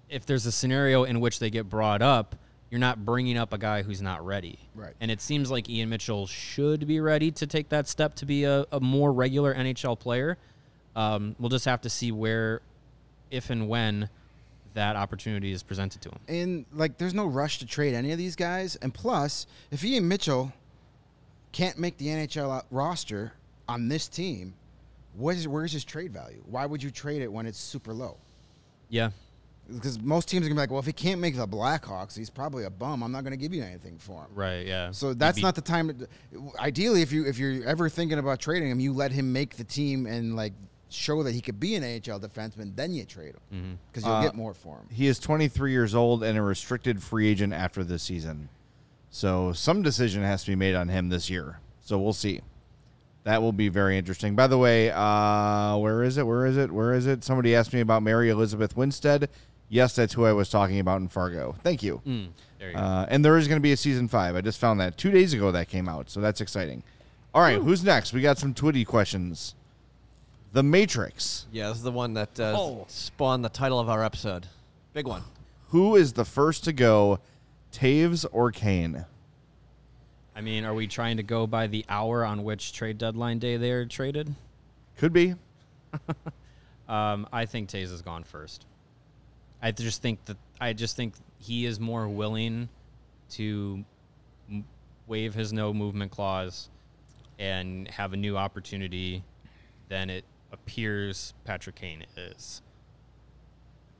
B: if there's a scenario in which they get brought up, you're not bringing up a guy who's not ready.
C: Right.
B: And it seems like Ian Mitchell should be ready to take that step to be a, a more regular NHL player. Um, we'll just have to see where, if and when, that opportunity is presented to him.
C: and like, there's no rush to trade any of these guys. And plus, if Ian Mitchell can't make the NHL o- uh, roster on this team, what is, where's his trade value? Why would you trade it when it's super low?
B: Yeah.
C: Because most teams are gonna be like, well, if he can't make the Blackhawks, he's probably a bum. I'm not gonna give you anything for him.
B: Right. Yeah.
C: So that's
B: be-
C: not the time. Ideally, if you if you're ever thinking about trading him, you let him make the team and like show that he could be an AHL defenseman. Then you trade him because you'll get more for him.
A: He is 23 years old and a restricted free agent after this season. So some decision has to be made on him this year. So we'll see. That will be very interesting. By the way, uh, where is it? Where is it? Where is it? Somebody asked me about Mary Elizabeth Winstead. Yes, that's who I was talking about in Fargo. Thank you.
B: There you go.
A: Uh, and there is going to be a season five. I just found that two days ago that came out, so that's exciting. All right, who's next? We got some Twitty questions. The Matrix.
E: Yeah, this is the one that uh,
B: Oh.
E: spawned the title of our episode. Big one.
A: Who is the first to go, Taves or Kane?
B: I mean, are we trying to go by the hour on which trade deadline day they are traded?
A: Could be.
B: Um, I think Taze has gone first. I just think that I just think he is more willing to m- waive his no movement clause and have a new opportunity than it appears Patrick Kane is.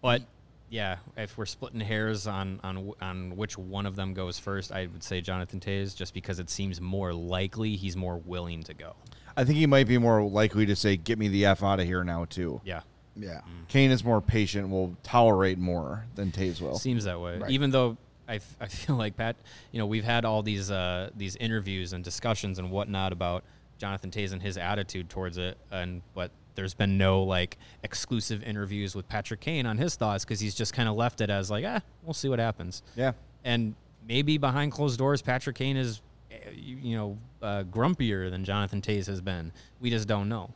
B: But yeah, if we're splitting hairs on on w- on which one of them goes first, I would say Jonathan Taze, just because it seems more likely he's more willing to go.
A: I think he might be more likely to say, "Get me the f out of here now." Too.
B: Yeah.
C: Yeah,
A: Kane is more patient, will tolerate more than Taves will.
B: Seems that way.
C: Right.
B: Even though I, f- I feel like Pat, you know, we've had all these uh, these interviews and discussions and whatnot about Jonathan Taze and his attitude towards it, and but there's been no like exclusive interviews with Patrick Kane on his thoughts because he's just kind of left it as like, ah, we'll see what happens.
A: Yeah.
B: And maybe behind closed doors, Patrick Kane is, eh, you you know, uh, grumpier than Jonathan Taze has been. We just don't know.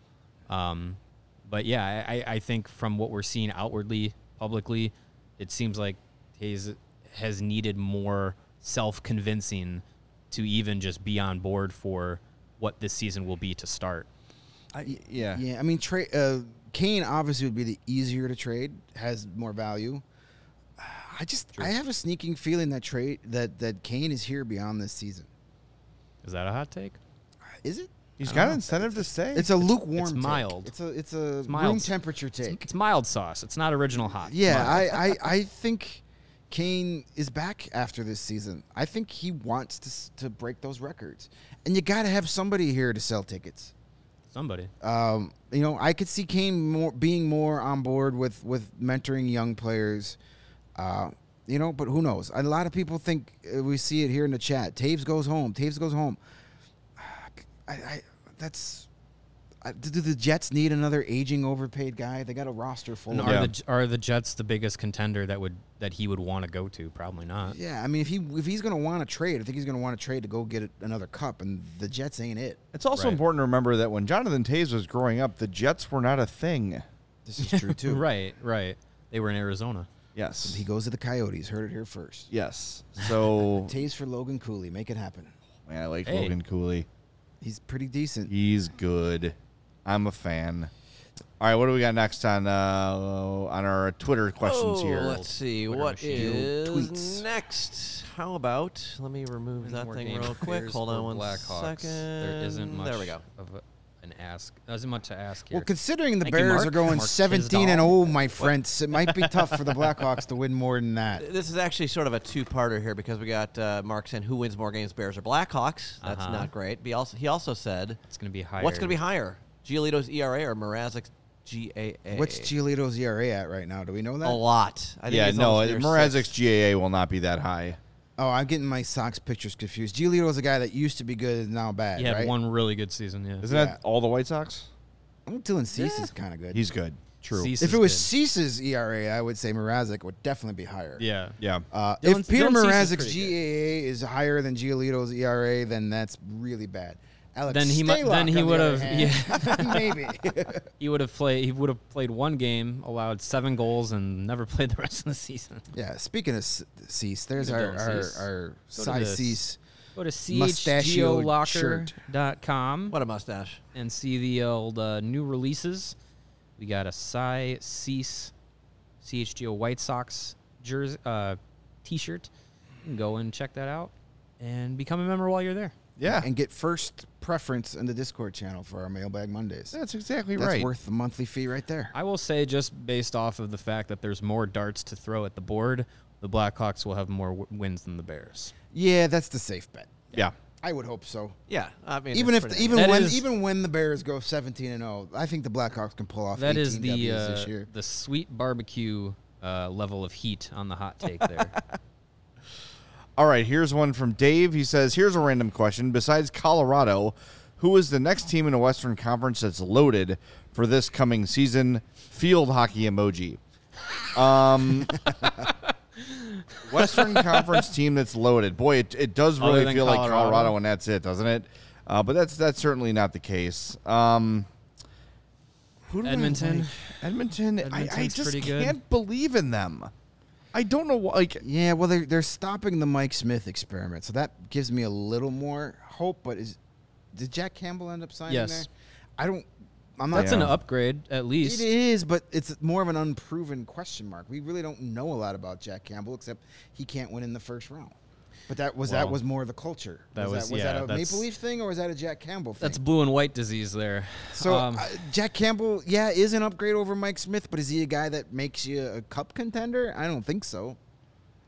B: Um, but yeah, I, I- I think from what we're seeing outwardly, publicly, it seems like Taze has needed more self convincing to even just be on board for what this season will be to start.
A: I, yeah.
C: Yeah, I mean, tra- uh, Kane obviously would be the easier to trade, has more value. I just, I have a sneaking feeling that trade that that Kane is here beyond this season.
B: Is that a hot take?
C: Is it?
A: He's got incentive to stay.
C: It's a lukewarm.
B: it's
C: take.
B: mild.
C: It's a it's a
B: mild.
C: room temperature take.
B: It's mild sauce. It's not original hot.
C: yeah, I, I I think Kane is back after this season. I think he wants to s- to break those records, and you got to have somebody here to sell tickets.
B: Somebody.
C: um, you know, I could see Kane more, being more on board with with mentoring young players. Uh, you know, but who knows? A lot of people think uh, we see it here in the chat. Taves goes home. Taves goes home. I, I that's. I, do the Jets need another aging, overpaid guy? They got a roster full.
B: And
C: of
B: are
A: Yeah.
B: the are the Jets the biggest contender that would that he would want to go to? Probably not.
C: Yeah, I mean, if he if he's gonna want to trade, I think he's gonna want to trade to go get another cup, and the Jets ain't it.
A: It's also
B: Right.
A: important to remember that when Jonathan Taves was growing up, the Jets were not a thing.
C: This is true too.
B: Right, right. They were in Arizona.
A: Yes.
C: He goes to the Coyotes. Heard it here first.
A: yes. So,
C: Taves for Logan Cooley. Make it happen.
A: man, I like
B: Hey.
A: Logan Cooley.
C: He's pretty decent.
A: He's good. I'm a fan. All right, what do we got next on uh, on our Twitter questions
E: oh,
A: here?
E: Let's see
B: Twitter
E: what
B: machine.
E: is
C: Tweets.
E: next. How about let me remove that
B: More
E: thing
B: game
E: real quick.
B: fears
E: Hold on
B: for
E: one second.
B: Blackhawks. There isn't much.
E: There we go.
B: Of a, an ask. There isn't much to ask here.
C: Well, considering the
B: Thank you,
C: Bears
B: Mark.
C: are going
B: Mark
C: 17
B: Tisdall.
C: and oh, my friends, it might be tough for the Blackhawks to win more than that.
E: This is actually sort of a two-parter here because we got uh, Mark saying who wins more games, Bears or Blackhawks. That's
B: Uh-huh.
E: not great. But he also he also said
B: it's going to be higher.
E: what's going to be higher, Giolito's ERA or Mrazek's GAA?
C: What's Giolito's ERA at right now? Do we know that?
E: a lot? I think
A: yeah,
E: he's
A: no,
E: almost near
A: Mrazek's
E: six.
A: GAA will not be that high.
C: Oh, I'm getting my Sox pictures confused. Giolito's a guy that used to be good and now bad,
B: He had
C: right?
B: one really good season. Yeah.
A: Isn't
C: Yeah.
A: that all the White Sox?
C: I think Dylan Cease is kind of good.
A: He's good. True.
B: Cease
C: if
B: is
C: it was
B: good.
C: Cease's ERA, I would say Mrazek would definitely be higher.
B: yeah.
A: Yeah.
C: Uh,
B: Dylan-
C: if Peter
B: Dylan Cease is
C: Mrazek's
B: pretty good.
C: GAA is higher than Giolito's ERA, then that's really bad. Alex
B: Then he mu-
C: Stalock,
B: then he
C: on the
B: would
C: other
B: have-
C: hand, maybe.
B: He would have played. He would have played one game, allowed seven goals, and never played the rest of the season.
C: Yeah, speaking of Ce- Cease, there's
B: Look at
C: our,
B: Dylan
C: our,
B: Cease.
C: our
B: to
C: Cy
B: this.
C: Cease.
B: Go to
C: Mustachioed shirt.
B: chgolocker.com.
E: What a mustache!
B: and see the old uh, new releases. We got a Cy Cease CHGO White Sox jersey uh, T-shirt. You can go and check that out and become a member while you're there.
A: yeah.
C: And get first preference in the Discord channel for our Mailbag Mondays.
A: That's exactly
C: That's
A: right.
C: worth the monthly fee right there.
B: I will say, just based off of the fact that there's more darts to throw at the board, the Blackhawks will have more w- wins than the Bears.
C: Yeah, that's the safe bet.
A: yeah.
C: I would hope so.
E: Yeah, I mean
C: Even
E: it's
C: if
E: pretty-
C: even
B: That
C: when
B: is-
C: even when the Bears go 17 and 0, I think the Blackhawks can pull off
B: That
C: 18
B: is the
C: Ws
B: uh,
C: this year.
B: the sweet barbecue uh, level of heat on the hot take there.
A: All right, here's one from Dave. He says, "Here's a random question. Besides Colorado, who is the next team in the Western Conference that's loaded for this coming season? Field hockey emoji." Um, Western Conference team that's loaded. Boy, it, it does
B: Other
A: really
B: than
A: feel like
B: Colorado?
A: Colorado when that's it, doesn't it? Uh, but that's that's certainly not the case. Um, who do I
B: Edmonton?
A: like? Edmonton. I, I
B: Edmonton's
A: just
B: pretty good.
A: can't believe in them. I don't know. wh- Like
C: Yeah, well they're they're stopping the Mike Smith experiment, so that gives me a little more hope. But is did Jack Campbell end up signing
B: Yes.
C: there? I don't. I'm not.
B: That's an
A: Yeah.
B: upgrade, at least.
C: It is, but it's more of an unproven question mark. We really don't know a lot about Jack Campbell, except he can't win in the first round. But that was that
B: Well,
C: was more the culture.
B: that was-
C: was
B: yeah,
C: that a
B: that's-
C: Maple Leaf thing or was that a Jack Campbell thing?
B: That's blue and white disease there.
C: so
B: Um,
C: uh, Jack Campbell, yeah, is an upgrade over Mike Smith, but is he a guy that makes you a cup contender? I don't think so.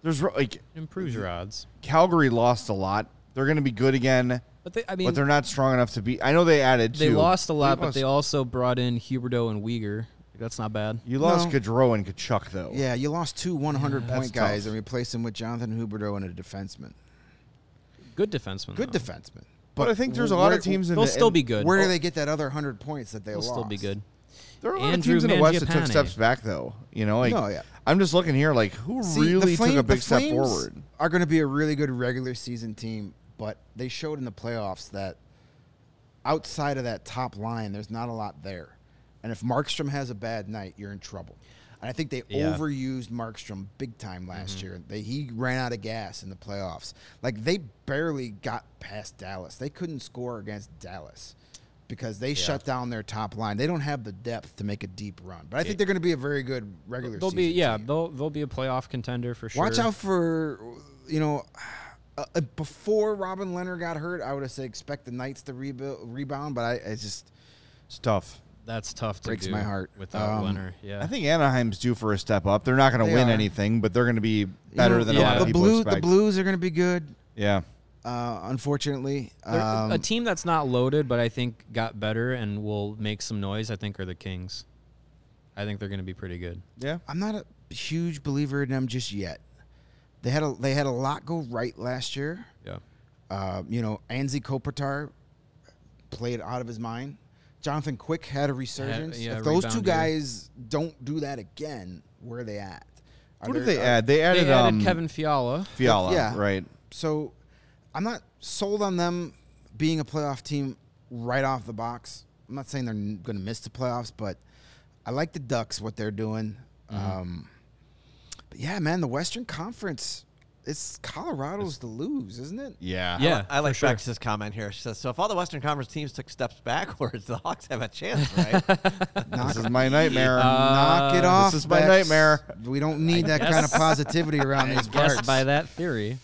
A: there's re- like
B: improves your odds.
A: Calgary lost a lot. They're going to be good again,
B: But they, I mean,
A: but they're not strong enough to be. I know they added.
B: they
A: two.
B: lost a lot,
A: You
B: but they
A: lost-
B: also brought in Huberto and Uyghur. That's not bad.
A: You lost
C: No.
A: Gaudreau and Kachuk though.
C: Yeah, you lost two 100 point
A: tough.
C: guys and replaced them with Jonathan Huberto and a defenseman.
B: Good defenseman.
C: Good
B: though.
C: defenseman. Oh.
A: but, I think there's a lot
C: where-
A: of teams. In
B: They'll
A: the,
B: still
A: in-
B: be good.
C: Where do
B: They'll-
C: they get that other 100 points that they
B: They'll
C: lost?
B: still be good.
A: There are a lot
B: Andrew
A: of teams in the West that took
B: Mangiapane.
A: steps back, though. You know, like
C: No, yeah.
A: I'm just looking here, like who
C: See,
A: really
C: the Flame-
A: took a big
C: the
A: step
C: Flames
A: forward?
C: Are going to be a really good regular season team, but they showed in the playoffs that outside of that top line, there's not a lot there. And if Markstrom has a bad night, you're in trouble. And I think they
B: Yeah.
C: overused Markstrom big time last
A: Mm-hmm.
C: year. They, he ran out of gas in the playoffs. Like they barely got past Dallas. They couldn't score against Dallas because they shut down their top line. They don't have the depth to make a deep run. But I think they're going to be a very good regular.
B: They'll
C: season
B: be yeah,
C: team.
B: they'll they'll be a playoff contender for sure.
C: Watch out for, you know, uh, uh, before Robin Leonard got hurt, I would have said expect the Knights to rebuild, rebound, but I, I just
A: It's tough.
B: That's tough to
C: Breaks
B: do
C: my heart.
B: without
C: Um,
B: Leonard. Yeah,
A: I think Anaheim's due for a step up. They're not going to
C: They
A: win
C: are.
A: anything, but they're going to be better
C: You know,
A: than a
B: yeah.
A: lot of
C: the
A: people
C: Blues.
A: expect.
C: The Blues are going to be good,
A: Yeah,
C: uh, unfortunately.
B: They're-
C: Um,
B: a team that's not loaded, but I think got better and will make some noise. I think are the Kings. I think they're going to be pretty good.
A: yeah.
C: I'm not a huge believer in them just yet. They had a they had a lot go right last year.
B: Yeah,
C: Uh, you know, Anzi Kopitar played out of his mind. Jonathan Quick had a resurgence.
B: yeah,
C: if those two
B: rebounder.
C: guys don't do that again, where are they at? Are
A: What did
C: there-
A: they
C: are-
A: add? They added,
B: they added
A: um,
B: Kevin Fiala.
A: Fiala,
C: uh, Yeah.
A: right?
C: So I'm not sold on them being a playoff team right off the box. I'm not saying they're going to miss the playoffs, but I like the Ducks what they're doing.
A: Mm-hmm.
C: Um, but yeah, man, the Western Conference. It's Colorado's to lose, isn't it?
A: Yeah,
B: Yeah,
E: I like
B: for sure.
E: Bex's comment here. She says, "So if all the Western Conference teams took steps backwards, the Hawks have a chance, right?"
A: This is my nightmare.
B: Uh,
C: Knock it off.
A: is my
C: Bex.
A: nightmare.
C: We don't need that kind of positivity around these parts.
B: Guess by that theory,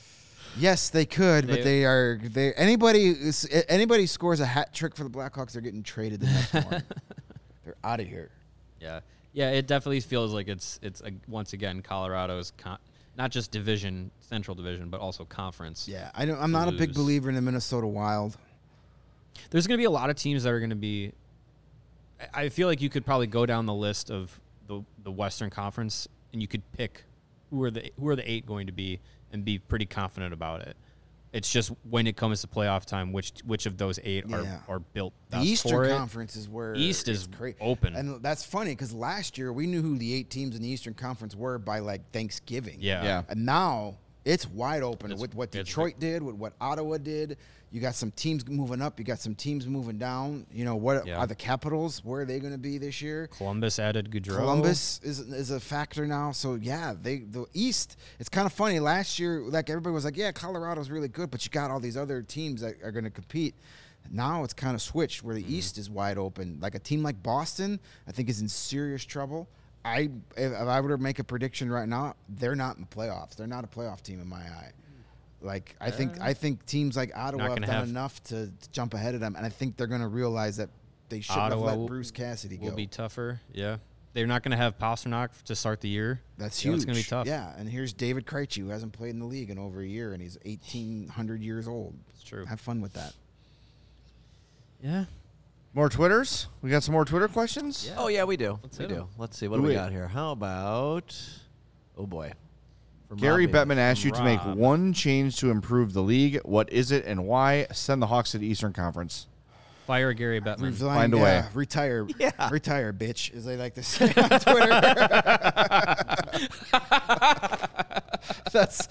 C: Yes, they could,
B: They-
C: but they are they anybody is- anybody scores a hat trick for the Blackhawks, they're getting traded the next morning. they're out of here.
B: yeah, yeah, it definitely feels like it's it's uh once again Colorado's con- not just division, Central Division, but also conference.
C: Yeah, I don't, I'm not a big
B: Lose.
C: believer in the Minnesota Wild.
B: there's going to be a lot of teams that are going to be. I- I feel like you could probably go down the list of the the Western Conference, and you could pick who are the who are the eight going to be, and be pretty confident about it. It's just when it comes to playoff time, which which of those eight
C: Yeah.
B: are, are built
C: The
B: best for
C: Eastern
B: it.
C: Conference is where
B: East
C: it's
B: is open.
C: and that's funny because last year we knew who the eight teams in the Eastern Conference were by like Thanksgiving.
B: Yeah.
A: Yeah.
C: And now it's wide open
B: It's-
C: with what
B: it's-
C: Detroit did, with what Ottawa did. You got some teams moving up. You got some teams moving down. You know what
B: Yeah.
C: are the Capitals? Where are they going to be this year?
B: Columbus added Goudreau.
C: Columbus is is a factor now. So yeah, they the East. It's kind of funny. Last year, like everybody was like, yeah, Colorado's really good, but you got all these other teams that are going to compete. Now it's kind of switched where the
B: Mm-hmm.
C: East is wide open. Like a team like Boston, I think is in serious trouble. I if, if I were to make a prediction right now, they're not in the playoffs. They're not a playoff team in my eye. Like I think I think teams like Ottawa have
B: gonna
C: done
B: have-
C: enough to, to jump ahead of them, and I think they're going to realize that they should have
B: Ottawa
C: let
B: will-
C: Bruce Cassidy
B: will
C: go.
B: be tougher. Yeah, they're not going to have Pasternak to start the year.
C: That's
B: So
C: huge.
B: It's going to be tough.
C: Yeah, and here's David Krejci, who hasn't played in the league in over a year, and he's 1,800 years old.
B: it's true.
C: Have fun with that.
B: Yeah,
A: More Twitters. We got some more Twitter questions.
E: oh yeah, we do.
B: Let's
E: we
B: hit 'em.
E: do. Let's see what
A: Who
E: do we
A: we-
E: got here. How about? Oh boy, From
A: Gary
E: Robbie.
A: Bettman asked you to make
B: Rob.
A: one change to improve the league. What is it and why? Send the Hawks to the Eastern Conference.
B: fire Gary Bettman.
A: Find a
C: yeah,
A: way.
C: Retire.
E: Yeah.
C: Retire, bitch, as they like to say on Twitter. That's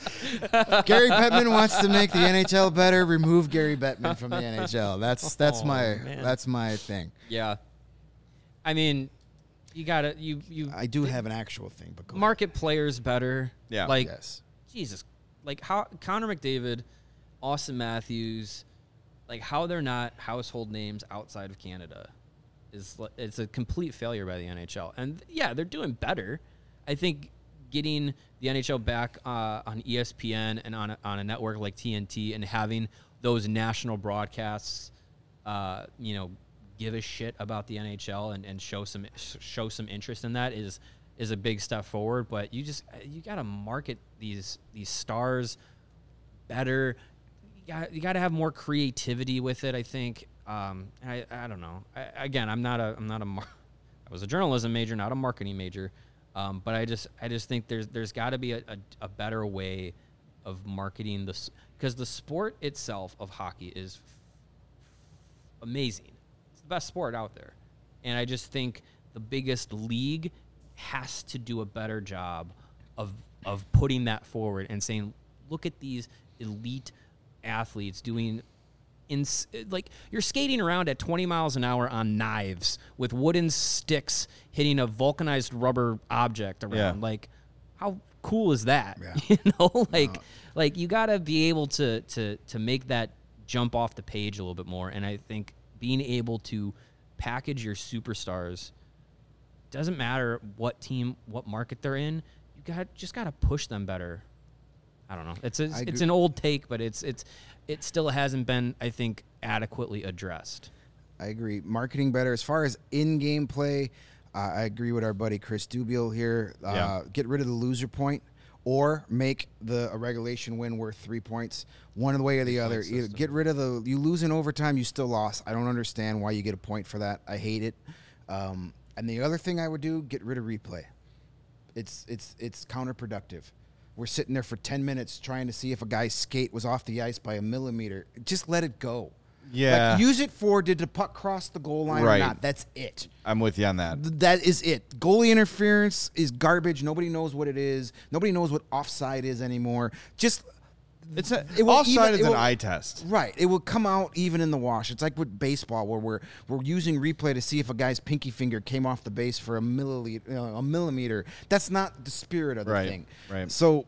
C: Gary Bettman wants to make the NHL better. Remove Gary Bettman from the NHL. That's that's
B: Oh,
C: my
B: man.
C: that's my thing.
B: Yeah. I mean, you gotta you you
C: I do have an actual thing, but go
B: market players better.
A: Yeah.
B: Like
C: yes.
B: Jesus, like how Connor McDavid, Austin Matthews, like how they're not household names outside of Canada, is li- it's a complete failure by the NHL. And yeah, they're doing better. I think getting the NHL back uh, on ESPN and on a, on a network like TNT and having those national broadcasts, uh, you know, give a shit about the NHL and, and show some show some interest in that is is a big step forward. But you just you got to market these these stars better. You got, you got to have more creativity with it. I think. Um, I, I don't know. I, again, I'm not a I'm not a mar- I was a journalism major, not a marketing major. Um, but I just I just think there's there's got to be a, a, a better way of marketing this because the sport itself of hockey is amazing. It's the best sport out there. And I just think the biggest league has to do a better job of of putting that forward and saying, look at these elite athletes doing in like you're skating around at 20 miles an hour on knives with wooden sticks hitting a vulcanized rubber object around
A: Yeah.
B: like how cool is that
C: Yeah.
B: you know like like you got to be able to to to make that jump off the page a little bit more and i think being able to package your superstars doesn't matter what team what market they're in you got just got to push them better I don't know. It's a, it's
C: agree.
B: an old take, but it's it's it still hasn't been I think adequately addressed.
C: I agree. Marketing better as far as in-game play. Uh, I agree with our buddy Chris Dubiel here. Uh,
A: Yeah.
C: Get rid of the loser point, or make the a regulation win worth three points, one way or the other. Either get rid of the you lose in overtime, you still lost. I don't understand why you get a point for that. I hate it. Um, and the other thing I would do, get rid of replay. It's it's it's counterproductive. We're sitting there for ten minutes trying to see if a guy's skate was off the ice by a millimeter. Just let it go.
A: Yeah.
C: Like, use it for did the puck cross the goal line
A: Right.
C: or not? That's it.
A: I'm with you on that.
C: Th- That is it. Goalie interference is garbage. Nobody knows what it is. Nobody knows what offside is anymore. Just
A: It's a,
C: it will
A: offside
C: even-
A: is
C: it
A: an
C: will-
A: eye test.
C: Right. It will come out even in the wash. It's like with baseball where we're we're using replay to see if a guy's pinky finger came off the base for a milliliter. a millimeter. That's not the spirit of the
A: Right,
C: thing.
A: right.
C: So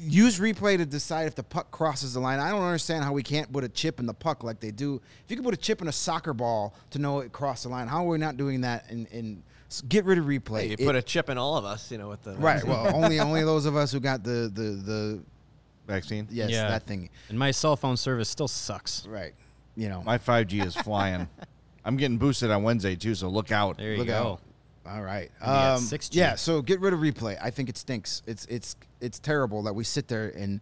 C: use replay to decide if the puck crosses the line. I don't understand how we can't put a chip in the puck like they do. If you could put a chip in a soccer ball to know it crossed the line, how are we not doing that? And and s- get rid of replay.
E: You
C: It-
E: put a chip in all of us, you know, with the
C: right. Well, only only those of us who got the the the
A: Vaccine.
C: yes
B: Yeah.
C: that thing.
B: And my cell phone service still sucks.
C: Right. You know.
A: My 5G is flying. I'm getting boosted on Wednesday too, so look out.
B: There you
C: Look
B: go.
C: out. All right.
B: at
C: Um,
B: 6G.
C: yeah. So get rid of replay. I think it stinks. It's it's it's terrible that we sit there and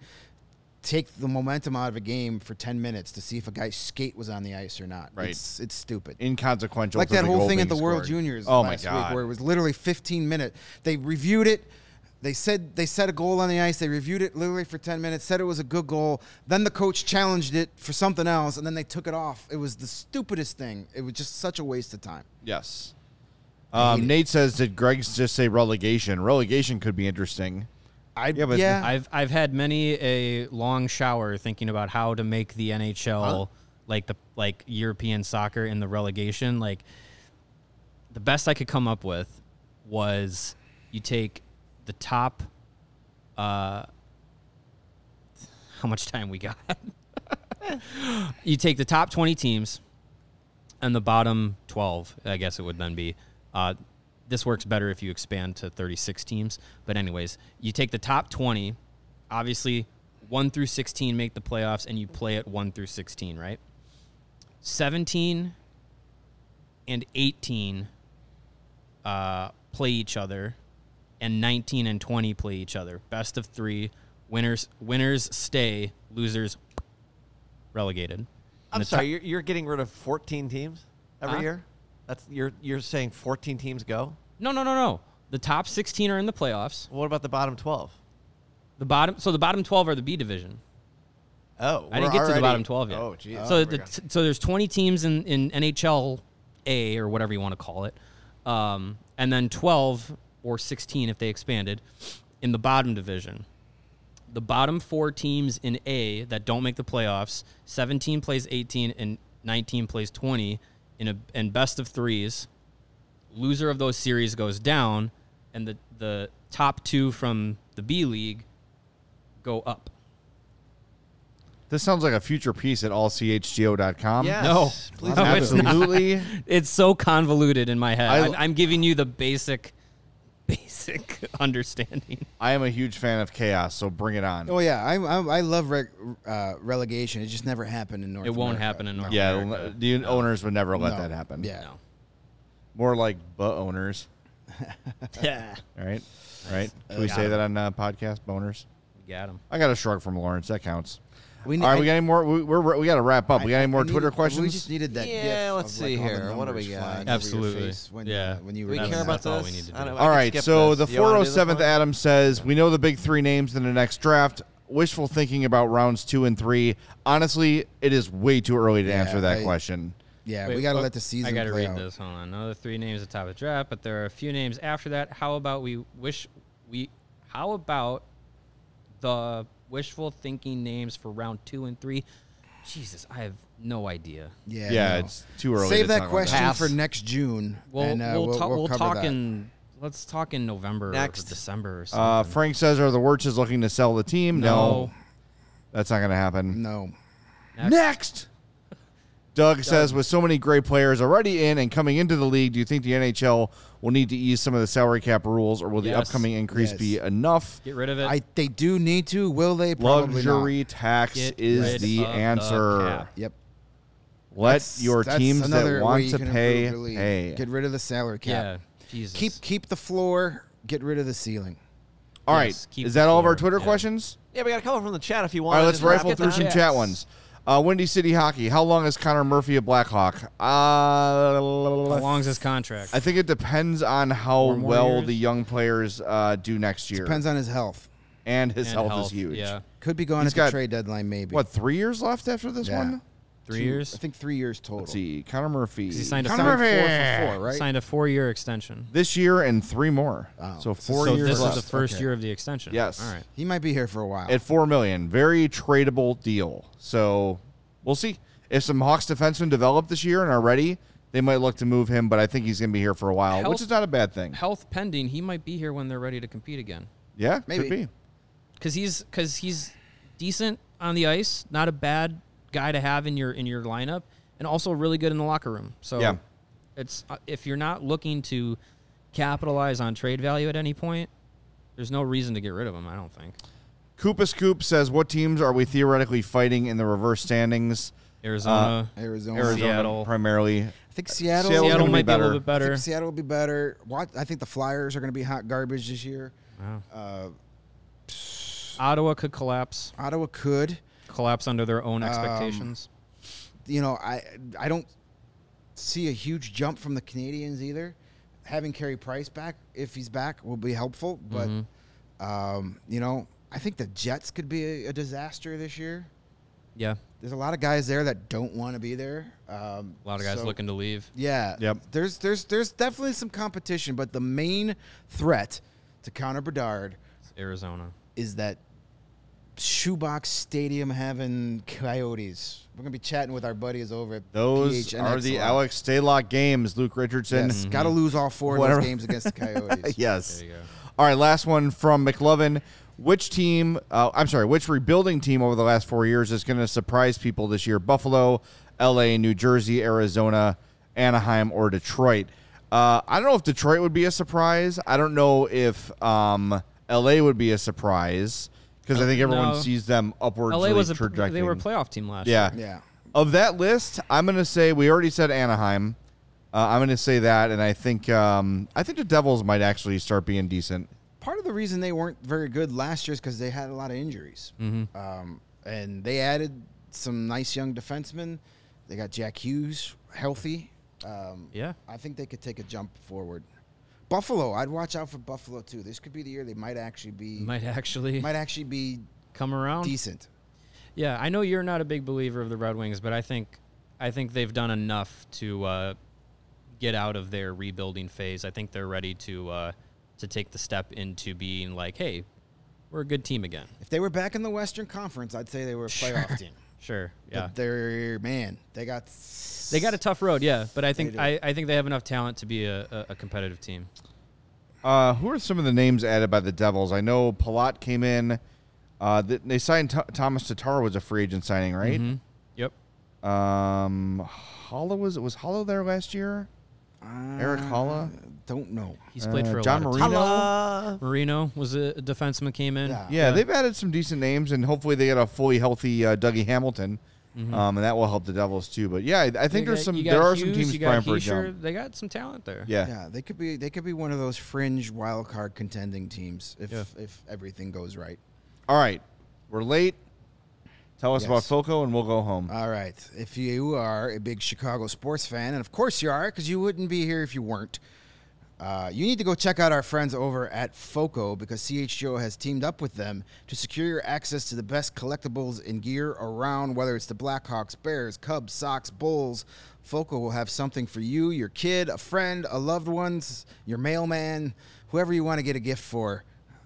C: take the momentum out of a game for ten minutes to see if a guy's skate was on the ice or not.
A: Right.
C: It's it's stupid.
A: Inconsequential.
C: like
A: to
C: that
A: the
C: whole
A: goal
C: thing at the
A: being
C: World
A: scored.
C: Juniors.
A: Oh
C: last
A: my god.
C: Week where it was literally fifteen minutes. They reviewed it. They said they set a goal on the ice. They reviewed it literally for ten minutes. Said it was a good goal. Then the coach challenged it for something else, and then they took it off. It was the stupidest thing. It was just such a waste of time.
A: yes. Um, Nate says, "Did Greg just say relegation? Relegation could be interesting."
C: I
A: Yeah, but
C: yeah.
B: I've I've had many a long shower thinking about how to make the NHL like the like European soccer in the relegation. Like the best I could come up with was you take the top. Uh, how much time we got? you take the top twenty teams and the bottom 12 i guess it would then be uh, this works better if you expand to 36 teams but anyways you take the top 20 obviously 1 through 16 make the playoffs and you play at 1 through 16 right 17 and 18 uh, play each other and 19 and 20 play each other best of three winners winners stay losers relegated
E: I'm
B: the
E: sorry, you're, you're getting rid of 14 teams every
B: Huh?
E: year. That's you're you're saying 14 teams go.
B: No, no, no, no. The top 16 are in the playoffs.
E: What about the bottom 12?
B: The bottom, so the bottom 12 are the B division.
E: Oh,
B: I didn't get to
E: we're
B: the
E: already-
B: bottom 12 yet.
E: Oh, geez.
B: So,
E: Oh,
B: the,
E: we're gonna-
B: so there's 20 teams in, in NHL A or whatever you want to call it, um, and then 12 or 16 if they expanded in the bottom division. The bottom four teams in A that don't make the playoffs, 17 plays 18 and 19 plays 20 in a and best of threes. Loser of those series goes down, and the the top two from the B league go up.
A: This sounds like a future piece at allchgo.com.
E: Yes,
B: No.
E: please
B: No,
E: do.
B: Oh, it's not.
A: Absolutely.
B: It's so convoluted in my head.
A: I-
B: I, am I'm giving you the basic, basic understanding.
A: I am a huge fan of chaos, so bring it on.
C: Oh yeah, I I, I love reg, uh, relegation. It just never happened in North.
B: It won't
C: America.
B: happen in North
A: yeah,
B: America.
A: the owners would never let
C: No.
A: that happen.
C: Yeah.
B: No.
A: More like butt owners.
B: Yeah.
A: All right. All right. Can we say that on uh, podcast? Boners.
B: We got him.
A: I got a shrug from Lawrence. That counts.
C: We
A: All right,
C: I-
A: we got any more? We, we're, we got to wrap up. we got
C: I-
A: any more
C: I
A: Twitter
C: needed-
A: questions?
C: We just needed that.
E: Yeah,
C: gif
E: let's
C: of, like,
E: see
C: all the
E: here. What do
C: numbers
E: we got?
C: flying over your
B: Absolutely.
C: face when,
B: Yeah.
C: when you
E: Do we
C: were
B: That's-
E: care about
B: that's all
E: those?
B: we need to
E: I don't
B: do.
E: know, I
A: All
E: can
A: right.
E: skip
A: So
E: this.
A: the
E: You wanna do this
A: 407th
E: one?
A: Adam says, We know the big three names in the next draft. Wishful thinking about rounds two and three. Honestly, it is way too early to answer that
C: I-
A: question.
C: Yeah,
B: Wait,
C: we got to
B: oh,
C: let the season
B: I gotta
C: play
B: read
C: out.
B: this. Hold on. Another three names at the top of the draft, but there are a few names after that. How about we wish we? How about the wishful thinking names for round two and three? Jesus, I have no idea.
C: Yeah,
A: Yeah,
C: no.
A: it's too early.
C: Save
A: to
C: that
A: talk about
C: question
B: Pass.
C: for next June.
B: Well,
C: and, uh,
B: we'll, ta- we'll,
C: cover
B: talk
C: that.
B: in. Let's talk in November
E: Next.
B: or December or something.
A: Uh, Frank says, are the Wirches looking to sell the team? No, that's not going to happen.
C: No.
B: Next.
A: Next. Doug, says, with so many great players already in and coming into the league, do you think the NHL will need to ease some of the salary cap rules, or will the
B: Yes.
A: upcoming increase
C: Yes.
A: be enough?
B: get rid of it.
C: I they do need to. Will they? Probably not.
A: Luxury tax
B: Get rid
A: is the
B: of the
A: answer.
B: cap.
C: Yep.
A: Let
C: That's-
A: your
C: that's
A: teams
C: another
A: that
C: way
A: want
C: you
A: to
C: can
A: pay
C: improve the league.
A: pay.
C: Get rid of the salary
B: yeah,
C: cap.
B: Jesus.
C: Keep keep the floor. Get rid of the ceiling.
A: all right,
B: Yes, keep
A: is
B: the
A: that all of our
B: floor,
A: Twitter
B: yeah.
A: questions?
E: Yeah, we got a couple from the chat if you
A: All
E: want.
A: right, let's
E: Just wrap
A: rifle
E: it
A: through
E: down.
A: some chat ones. Uh, Windy City Hockey. How long is Connor Murphy a Blackhawk? Uh,
B: How long's his contract?
A: I think it depends on how
B: Four more
A: well
B: years?
A: the young players uh, do next year,
C: Depends on his health.
A: and his
B: And
A: health, is huge.
B: Yeah,
C: Could be gone
A: He's
C: at
A: got-
C: the trade deadline. Maybe
A: What three years left after this
C: Yeah.
A: one?
B: three
C: Two-
B: years.
C: I think three years total.
A: Let's see, Connor Murphy.
B: He signed a
C: Kind
A: Connor
C: of
B: four-
C: four
A: Murphy
C: for four, right?
B: signed a four-year extension.
A: this year and three more.
C: Wow.
A: So
C: So
A: four
B: so
A: years
B: this
A: left
B: is the first
C: Okay.
B: year of the extension.
A: Yes.
B: All right.
C: He might be here for a while.
A: at four million. Very tradable deal. So we'll see if some Hawks defensemen develop this year and are ready. They might look to move him, but I think he's going to be here for a while,
B: Health-
A: which is not a bad thing.
B: Health pending, he might be here when they're ready to compete again.
A: Yeah,
C: Maybe.
A: could be.
B: Because he's because he's decent on the ice, not a bad guy to have in your in your lineup, and also really good in the locker room. So
A: Yeah.
B: it's uh, if you're not looking to capitalize on trade value at any point, there's no reason to get rid of him. I don't think
A: Koopa Scoop says, "What teams are we theoretically fighting in the reverse standings?
B: Arizona,
C: Arizona.
A: Arizona
B: Seattle.
A: primarily.
C: I think Seattle.
A: Seattle's gonna
B: Seattle
A: be
B: might be, a
A: better.
B: little bit
C: I
B: better.
C: think Seattle will be better. What I think the Flyers are going to be hot garbage this year.
B: Wow.
C: Uh,
B: Ottawa could collapse
C: Ottawa could.
B: collapse under their
C: Um,
B: own expectations.
C: You know, I I don't see a huge jump from the Canadians either. Having Carey Price back, if he's back, will be helpful. But
B: Mm-hmm.
C: um, you know, I think the Jets could be a, a disaster this year.
B: yeah,
C: There's a lot of guys there that don't want to be there. Um,
B: a lot of guys
C: so-
B: looking to leave.
C: Yeah.
A: Yep.
C: There's there's there's definitely some competition, but the main threat to counter Bedard
B: Arizona.
C: is that shoebox stadium having coyotes. We're gonna be chatting with our buddies over at
A: Those
C: PHNX
A: are the
C: a lot.
A: Alex Stalock games. Luke Richardson.
C: Yes, gotta lose all four of
A: Whatever.
C: those games against the coyotes.
A: yes.
B: There you go.
A: All right, last one from McLovin. Which team? Uh, I'm sorry. Which rebuilding team over the last four years is going to surprise people this year? Buffalo, L.A., New Jersey, Arizona, Anaheim, or Detroit? Uh, I don't know if Detroit would be a surprise. I don't know if um, L.A. would be a surprise because I think everyone
B: Uh, No.
A: sees them upwards.
B: LA was a they were a playoff team last year.
A: Yeah.
C: Yeah.
A: Of that list, I'm going to say we already said Anaheim. Uh, I'm going to say that, and I think um, I think the Devils might actually start being decent.
C: Part of the reason they weren't very good last year is because they had a lot of injuries.
A: Mm-hmm.
C: Um, and they added some nice young defensemen. They got Jack Hughes healthy. Um,
B: Yeah.
C: I think they could take a jump forward. Buffalo, I'd watch out for Buffalo too. This could be the year they might actually be might,
B: Might actually
C: actually be
B: come around.
C: decent.
B: Yeah, I know you're not a big believer of the Red Wings, but I think I think they've done enough to uh, get out of their rebuilding phase. I think they're ready to uh, to take the step into being like, hey, we're a good team again.
C: If they were back in the Western Conference, I'd say they were a playoff team.
B: Sure. Yeah.
C: But they're man, they got
B: they got a tough road, yeah, but I think
C: do.
B: I, I think they have enough talent to be a, a, a competitive team.
A: Uh, who are some of the names added by the Devils? I know Palat came in. Uh, th- they signed Th- Thomas Tatar was a free agent signing, right?
B: Mhm. Yep.
A: Um, Hollow was was Hollow there last year? Eric Holla?
C: Don't know.
B: He's played
A: Uh,
B: for a
A: John
B: lot of
A: Marino?
B: teams.
E: Hello.
B: Marino was a defenseman came in.
C: Yeah.
A: Yeah, they've added some decent names, and hopefully they get a fully healthy uh, Dougie Hamilton, um, and that will help the Devils too. But yeah, I, I think
B: Mm-hmm. You
A: there's
B: got-
A: some
B: you
A: there
B: got
A: are some
B: Hughes,
A: teams
B: you got
A: prime for a
B: Heischer.
A: jump.
B: They got some talent there.
A: Yeah.
C: Yeah, they could be they could be one of those fringe wild card contending teams if
B: Yeah.
C: if everything goes right.
A: All right, we're late. Tell us
C: Yes. Uh,
A: about Foco, and we'll go home.
C: All right. If you are a big Chicago sports fan, and of course you are, because you wouldn't be here if you weren't, Uh, you need to go check out our friends over at FOCO because CHGO has teamed up with them to secure your access to the best collectibles and gear around, whether it's the Blackhawks, Bears, Cubs, Sox, Bulls. FOCO will have something for you, your kid, a friend, a loved one's, your mailman, whoever you want to get a gift for.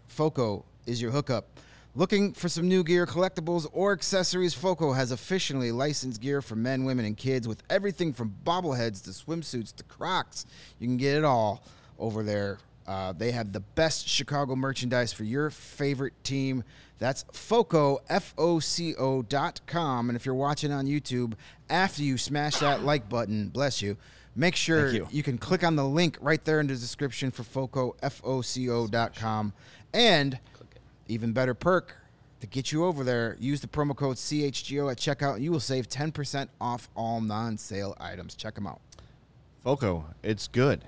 C: FOCO is your hookup. Looking for some new gear, collectibles, or accessories? Foco has officially licensed gear for men, women, and kids with everything from bobbleheads to swimsuits to crocs. You can get it all over there. Uh, they have the best Chicago merchandise for your favorite team. That's Foco, F O C O dot com. And if you're watching on YouTube, after you smash that like button, bless you, make sure
E: Thank you.
C: you can click on the link right there in the description for Foco, F O C O dot com. And even better perk to get you over there, use the promo code CHGO at checkout and you will save 10% off all non sale items. Check them out.
A: Foco, it's good.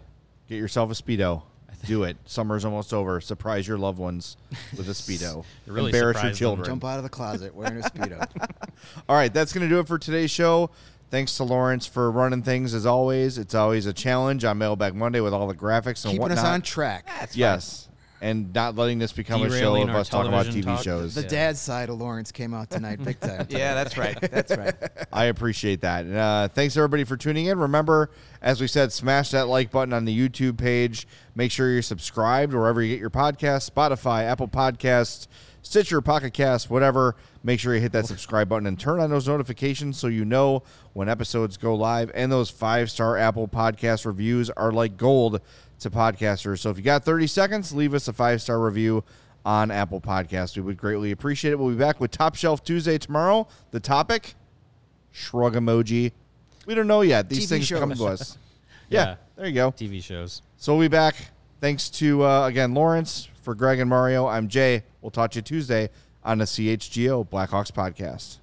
A: Get yourself a Speedo. Do it. Summer's almost over. Surprise your loved ones with a Speedo.
B: Really
A: Embarrass your
B: surprise them.
A: children.
C: Jump out of the closet wearing a Speedo.
A: All right, that's going to do it for today's show. Thanks to Lawrence for running things as always. It's always a challenge on Mailbag Monday with all the graphics and
C: Keeping
A: whatnot.
C: us on track.
A: yes, and not letting this become a show
B: Derailing
A: of
B: our
A: us talking about TV
B: television talk.
A: shows.
C: The
B: Yeah.
C: dad side of Lawrence came out tonight big time.
E: Yeah, that's right. That's right.
A: I appreciate that. And, uh, thanks everybody for tuning in. Remember, as we said, smash that like button on the YouTube page. Make sure you're subscribed wherever you get your podcasts: Spotify, Apple Podcasts, Stitcher, Pocket Cast, whatever. Make sure you hit that subscribe button and turn on those notifications so you know when episodes go live. And those five star Apple Podcast reviews are like gold to podcasters. So if you got 30 seconds, leave us a five star review on Apple Podcasts. We would greatly appreciate it. We'll be back with Top Shelf Tuesday tomorrow. The topic shrug emoji. We don't know yet. These
C: TV
A: things
C: shows.
A: come to us. Yeah,
B: Yeah.
A: there you go.
B: TV shows.
A: So we'll be back. Thanks to uh, again Lawrence for Greg and Mario. I'm Jay. We'll talk to you Tuesday on the CHGO Blackhawks podcast.